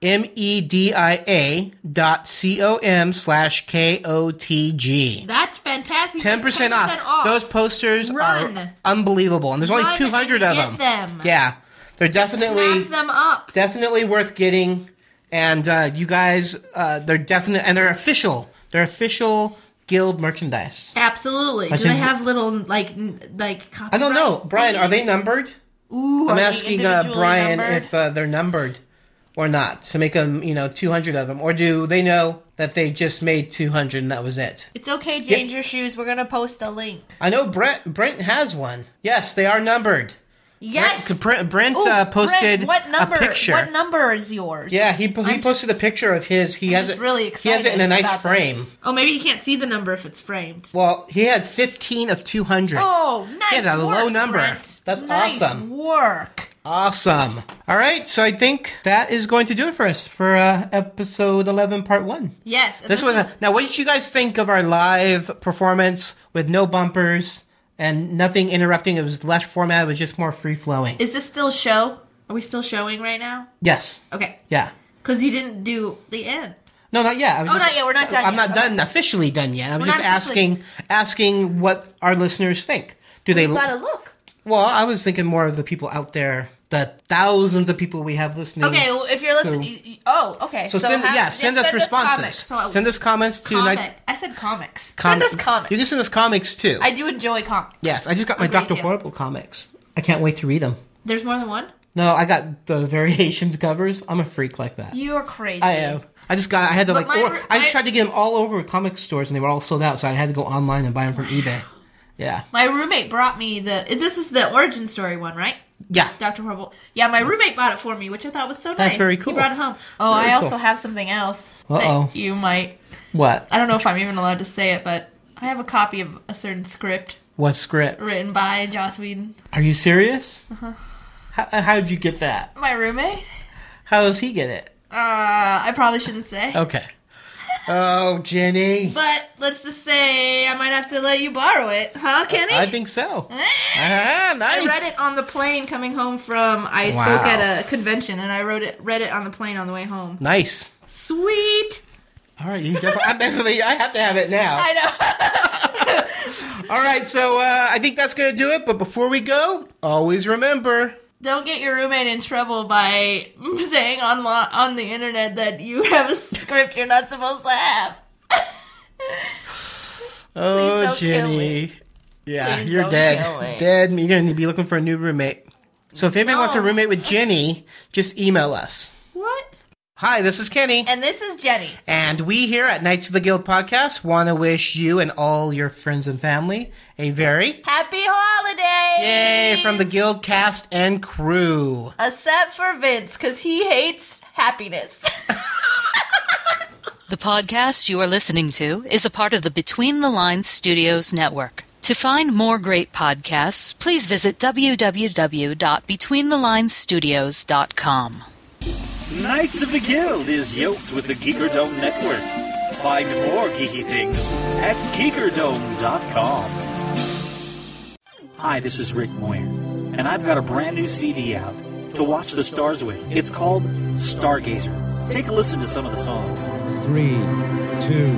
Speaker 9: E n-e-a-r-m-i-n-t-m-e-d-i-a dot c-o-m slash k-o-t-g
Speaker 8: That's fantastic.
Speaker 9: 10%
Speaker 8: It's
Speaker 9: off. Those posters are
Speaker 8: Run.
Speaker 9: unbelievable, and there's only
Speaker 8: Run
Speaker 9: 200 of
Speaker 8: and get
Speaker 9: them.
Speaker 8: them.
Speaker 9: Yeah, they're definitely
Speaker 8: Snap them up.
Speaker 9: definitely worth getting. And uh, you guys, uh, they're definite, and they're official. They're official guild merchandise.
Speaker 8: Absolutely.
Speaker 9: I
Speaker 8: Do they
Speaker 9: think-
Speaker 8: have little like n- like copyright?
Speaker 9: I don't know, Brian. Are they numbered?
Speaker 8: Ooh,
Speaker 9: I'm
Speaker 8: are they
Speaker 9: asking uh,
Speaker 8: individually
Speaker 9: Brian
Speaker 8: numbered?
Speaker 9: if uh, they're numbered or not to make them, you know, 200 of them, or do they know that they just made 200 and that was it?
Speaker 10: It's okay, Danger Shoes. We're gonna post a link.
Speaker 9: I know Brent. Brent has one. Yes, they are numbered.
Speaker 8: Yes.
Speaker 9: Brent, Brent
Speaker 8: Ooh,
Speaker 9: uh, posted
Speaker 8: Brent, what number?
Speaker 9: a picture.
Speaker 8: What number is yours?
Speaker 9: Yeah, he, he posted a picture of his. He has
Speaker 8: just
Speaker 9: it.
Speaker 8: really
Speaker 9: he has it in a
Speaker 8: excited
Speaker 9: nice
Speaker 8: about this.
Speaker 9: frame.
Speaker 8: Oh, maybe you can't see the number if it's framed.
Speaker 9: Well, he had 15 of 200.
Speaker 8: Oh, nice.
Speaker 9: he had a
Speaker 8: work,
Speaker 9: low number.
Speaker 8: Brent.
Speaker 9: That's
Speaker 8: Nice
Speaker 9: awesome.
Speaker 8: Work.
Speaker 9: Awesome. All right, so I think that is going to do it for us for uh, episode 11, part one.
Speaker 8: Yes. and
Speaker 9: This was a, now. What did you guys think of our live performance with no bumpers and nothing interrupting? It was less format. It was just more free flowing.
Speaker 8: Is this still show? Are we still showing right now?
Speaker 9: Yes.
Speaker 8: Okay.
Speaker 9: Yeah.
Speaker 8: Because you didn't do the end.
Speaker 9: No, not yet. I was
Speaker 8: Oh, not yet. We're not done
Speaker 9: I'm
Speaker 8: yet.
Speaker 9: not done officially done yet. I'm
Speaker 8: We're
Speaker 9: just
Speaker 8: not officially-
Speaker 9: asking asking what our listeners think. Do they?
Speaker 8: You gotta look.
Speaker 9: Well, I was thinking more of the people out there, the thousands of people we have listening.
Speaker 8: Okay. Well, if you're listening,
Speaker 9: So-
Speaker 8: you- you- oh, okay.
Speaker 9: So, send
Speaker 8: have-
Speaker 9: yeah, send us responses.
Speaker 8: comics. So,
Speaker 9: send us comments to
Speaker 8: comic.
Speaker 9: Knights-
Speaker 8: I said comics.
Speaker 9: comic-
Speaker 8: Send us comics.
Speaker 9: You can send us comics too.
Speaker 8: I do enjoy comics.
Speaker 9: yes, I just got my
Speaker 8: Agreed
Speaker 9: Doctor
Speaker 8: to.
Speaker 9: Horrible comics. I can't wait to read them.
Speaker 8: There's more than one.
Speaker 9: No, I got the variations covers. I'm a freak like that.
Speaker 8: You're crazy.
Speaker 9: I am. I just got. I had to
Speaker 8: But
Speaker 9: like.
Speaker 8: my
Speaker 9: Or,
Speaker 8: re-
Speaker 9: I
Speaker 8: my-
Speaker 9: tried to get them all over comic stores, and they were all sold out. So I had to go online and buy them from eBay. Yeah.
Speaker 8: My roommate brought me the. This is the origin story one, right?
Speaker 9: Yeah.
Speaker 8: Doctor Horrible. Yeah, my roommate bought it for me, which I thought was so nice.
Speaker 9: That's very
Speaker 8: He
Speaker 9: cool.
Speaker 8: brought it home. Oh,
Speaker 9: Very
Speaker 8: I
Speaker 9: cool.
Speaker 8: also have something else
Speaker 9: Uh-oh.
Speaker 8: that you might.
Speaker 9: What?
Speaker 8: I don't know if I'm even allowed to say it, but I have a copy of a certain script
Speaker 9: What script?
Speaker 8: written by Joss Whedon.
Speaker 9: Are you serious?
Speaker 8: Uh-huh.
Speaker 9: How how did you get that?
Speaker 8: My roommate.
Speaker 9: How does he get it?
Speaker 8: Uh, I probably shouldn't say.
Speaker 9: Okay. Oh, Jenny.
Speaker 8: But let's just say I might have to let you borrow it, huh, Kenny?
Speaker 9: I think so. Ah,
Speaker 8: I
Speaker 9: nice.
Speaker 8: read it on the plane coming home from. I
Speaker 9: Wow.
Speaker 8: spoke at a convention, and I wrote it, read it on the plane on the way home.
Speaker 9: Nice.
Speaker 8: Sweet.
Speaker 9: All right, you definitely. I'm definitely. I have to have it now.
Speaker 8: I know.
Speaker 9: All right, so uh, I think that's gonna do it. But before we go, always remember.
Speaker 8: Don't get your roommate in trouble by saying on lo- on the internet that you have a script you're not supposed to have.
Speaker 9: Oh,
Speaker 8: don't kill
Speaker 9: Jenny. Yeah,
Speaker 8: Please
Speaker 9: you're
Speaker 8: don't kill
Speaker 9: dead. Dead.
Speaker 8: me.
Speaker 9: You're gonna be looking for a new roommate. So if anybody wants a
Speaker 8: No.
Speaker 9: roommate with Jenny, just email us.
Speaker 8: What?
Speaker 9: Hi, this is Kenny.
Speaker 8: And this is Jenny.
Speaker 9: And we here at Knights of the Guild podcast want to wish you and all your friends and family a very
Speaker 8: Happy holidays!
Speaker 9: yay from the Guild cast and crew.
Speaker 8: Except for Vince, because he hates happiness.
Speaker 11: The podcast you are listening to is a part of the Between the Lines Studios network. To find more great podcasts, please visit www.betweenthelines.studios.com.
Speaker 7: Knights of the Guild is yoked with the Geekerdome Network. Find more geeky things at geekerdome.com. Hi, this is Rick Moyer, and I've got a brand new CD out to watch the stars with. It's called Stargazer. Take a listen to some of the songs.
Speaker 12: Three, two,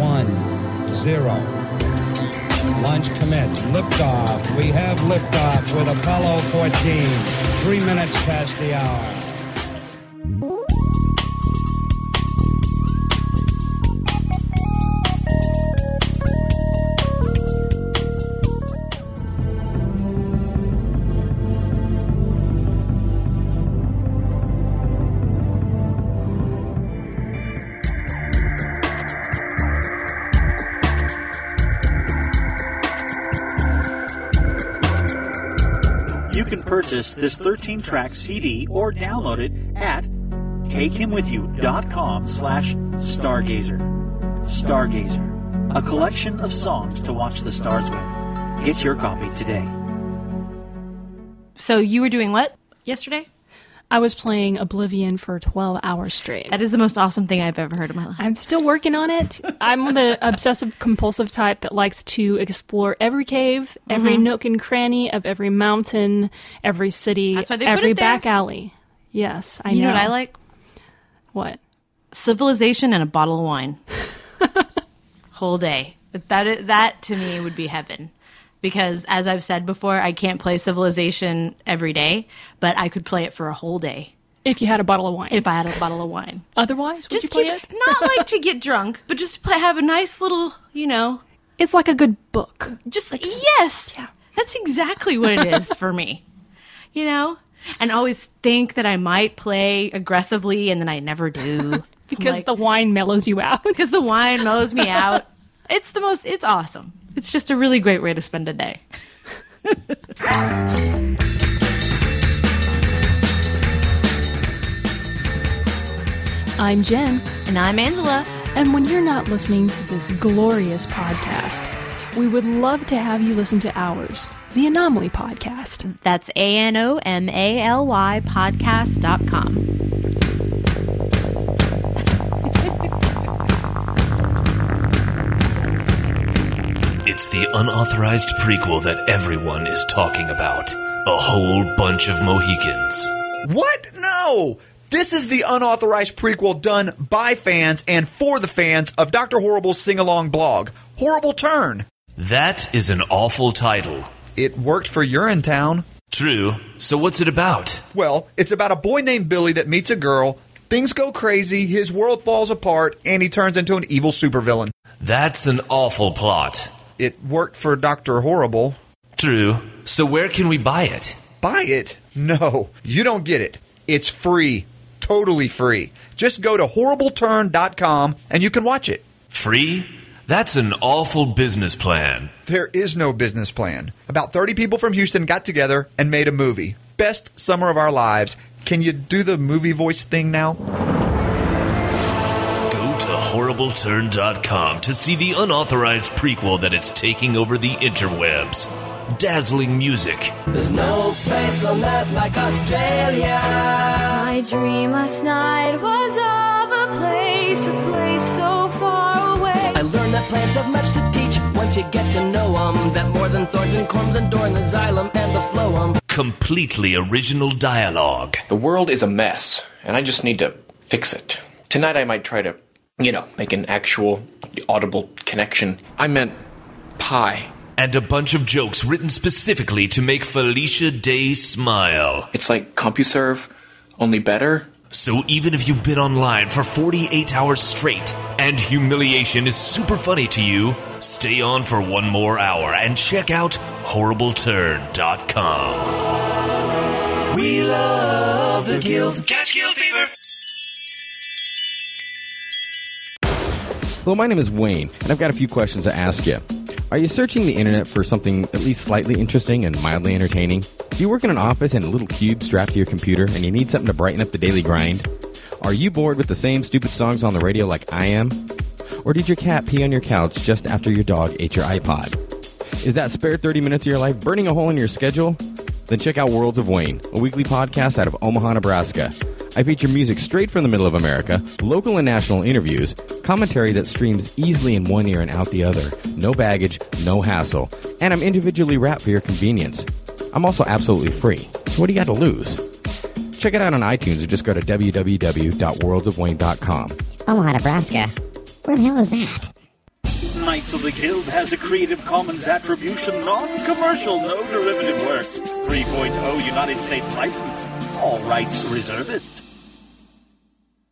Speaker 12: one, zero. Launch commit. Liftoff. We have liftoff with Apollo 14. Three minutes past the hour.
Speaker 7: you can purchase this 13 track CD or download it at takehimwithyou.com slash stargazer. Stargazer, a collection of songs to watch the stars with. Get your copy today.
Speaker 13: So you were doing what yesterday?
Speaker 3: I was playing Oblivion for 12 hours straight.
Speaker 13: That is the most awesome thing I've ever heard in my life.
Speaker 3: I'm still working on it. I'm the obsessive compulsive type that likes to explore every cave, every
Speaker 13: Mhm.
Speaker 3: nook and cranny of every mountain, every city,
Speaker 13: That's why they put
Speaker 3: every
Speaker 13: it there.
Speaker 3: back alley. Yes, I
Speaker 13: You know
Speaker 3: know.
Speaker 13: what I like?
Speaker 3: What?
Speaker 13: Civilization and a bottle of wine. Whole day. That i- that to me would be heaven. Because as I've said before, I can't play Civilization every day, but I could play it for a whole day.
Speaker 3: If you had a bottle of wine.
Speaker 13: If I had a bottle of wine.
Speaker 3: Otherwise, would
Speaker 13: just
Speaker 3: you play
Speaker 13: keep,
Speaker 3: it?
Speaker 13: not like to get drunk, but just to play, have a nice little, you know.
Speaker 3: It's like a good book.
Speaker 13: Just yes, that's exactly what it is for me. You know, and always think that I might play aggressively, and then I never do
Speaker 3: Because the wine mellows you out.
Speaker 13: Because the wine mellows me out. It's the most. It's awesome. It's just a really great way to spend a day.
Speaker 3: I'm Jen.
Speaker 13: And I'm Angela.
Speaker 3: And when you're not listening to this glorious podcast, we would love to have you listen to ours, the Anomaly Podcast.
Speaker 13: That's A N O M A L Y podcast.com.
Speaker 6: It's the unauthorized prequel that everyone is talking about. A whole bunch of Mohicans.
Speaker 14: What? No! This is the unauthorized prequel done by fans and for the fans of Dr. Horrible's sing along blog, Horrible Turn.
Speaker 6: That is an awful title.
Speaker 14: It worked for Urine Town.
Speaker 6: True. So what's it about?
Speaker 14: Well, it's about a boy named Billy that meets a girl, things go crazy, his world falls apart, and he turns into an evil supervillain.
Speaker 6: That's an awful plot.
Speaker 14: It worked for Dr. Horrible.
Speaker 6: True. So where can we buy it?
Speaker 14: Buy it? No, you don't get it. It's free. Totally free. Just go to horribleturn.com and you can watch it.
Speaker 6: Free? That's an awful business plan.
Speaker 14: There is no business plan. About 30 people from Houston got together and made a movie. Best summer of our lives. Can you do the movie voice thing now?
Speaker 6: Go to horribleturn.com to see the unauthorized prequel that is taking over the interwebs. Dazzling music.
Speaker 15: There's no place on earth like Australia. My dream last night was of a place, a place so far away. I learned that plants have much to teach once you get to know 'em. That more than thorns and corms and door and the xylem and the phloem.
Speaker 6: Completely original dialogue.
Speaker 16: The world is a mess, and I just need to fix it. Tonight I might try to, you know, make an actual audible connection. I meant pie.
Speaker 6: And a bunch of jokes written specifically to make Felicia Day smile.
Speaker 16: It's like CompuServe, only better.
Speaker 6: So even if you've been online for 48 hours straight and humiliation is super funny to you, stay on for one more hour and check out horribleturn.com. We love the guild. Catch guild fever.
Speaker 4: Hello, my name is Wayne, and I've got a few questions to ask you. Are you searching the internet for something at least slightly interesting and mildly entertaining? Do you work in an office in a little cube strapped to your computer and you need something to brighten up the daily grind? Are you bored with the same stupid songs on the radio like I am? Or did your cat pee on your couch just after your dog ate your iPod? Is that spare 30 minutes of your life burning a hole in your schedule? Then check out Worlds of Wayne, a weekly podcast out of Omaha, Nebraska. I feature music straight from the middle of America, local and national interviews, commentary that streams easily in one ear and out the other, no baggage, no hassle, and I'm individually wrapped for your convenience. I'm also absolutely free, so what do you got to lose? Check it out on iTunes or just go to www.worldsofwayne.com.
Speaker 17: Omaha, Nebraska. Where the hell is that?
Speaker 7: Knights of the Guild has a Creative Commons Attribution Non-Commercial oh No Derivative Works 3.0 United States license. All rights reserved.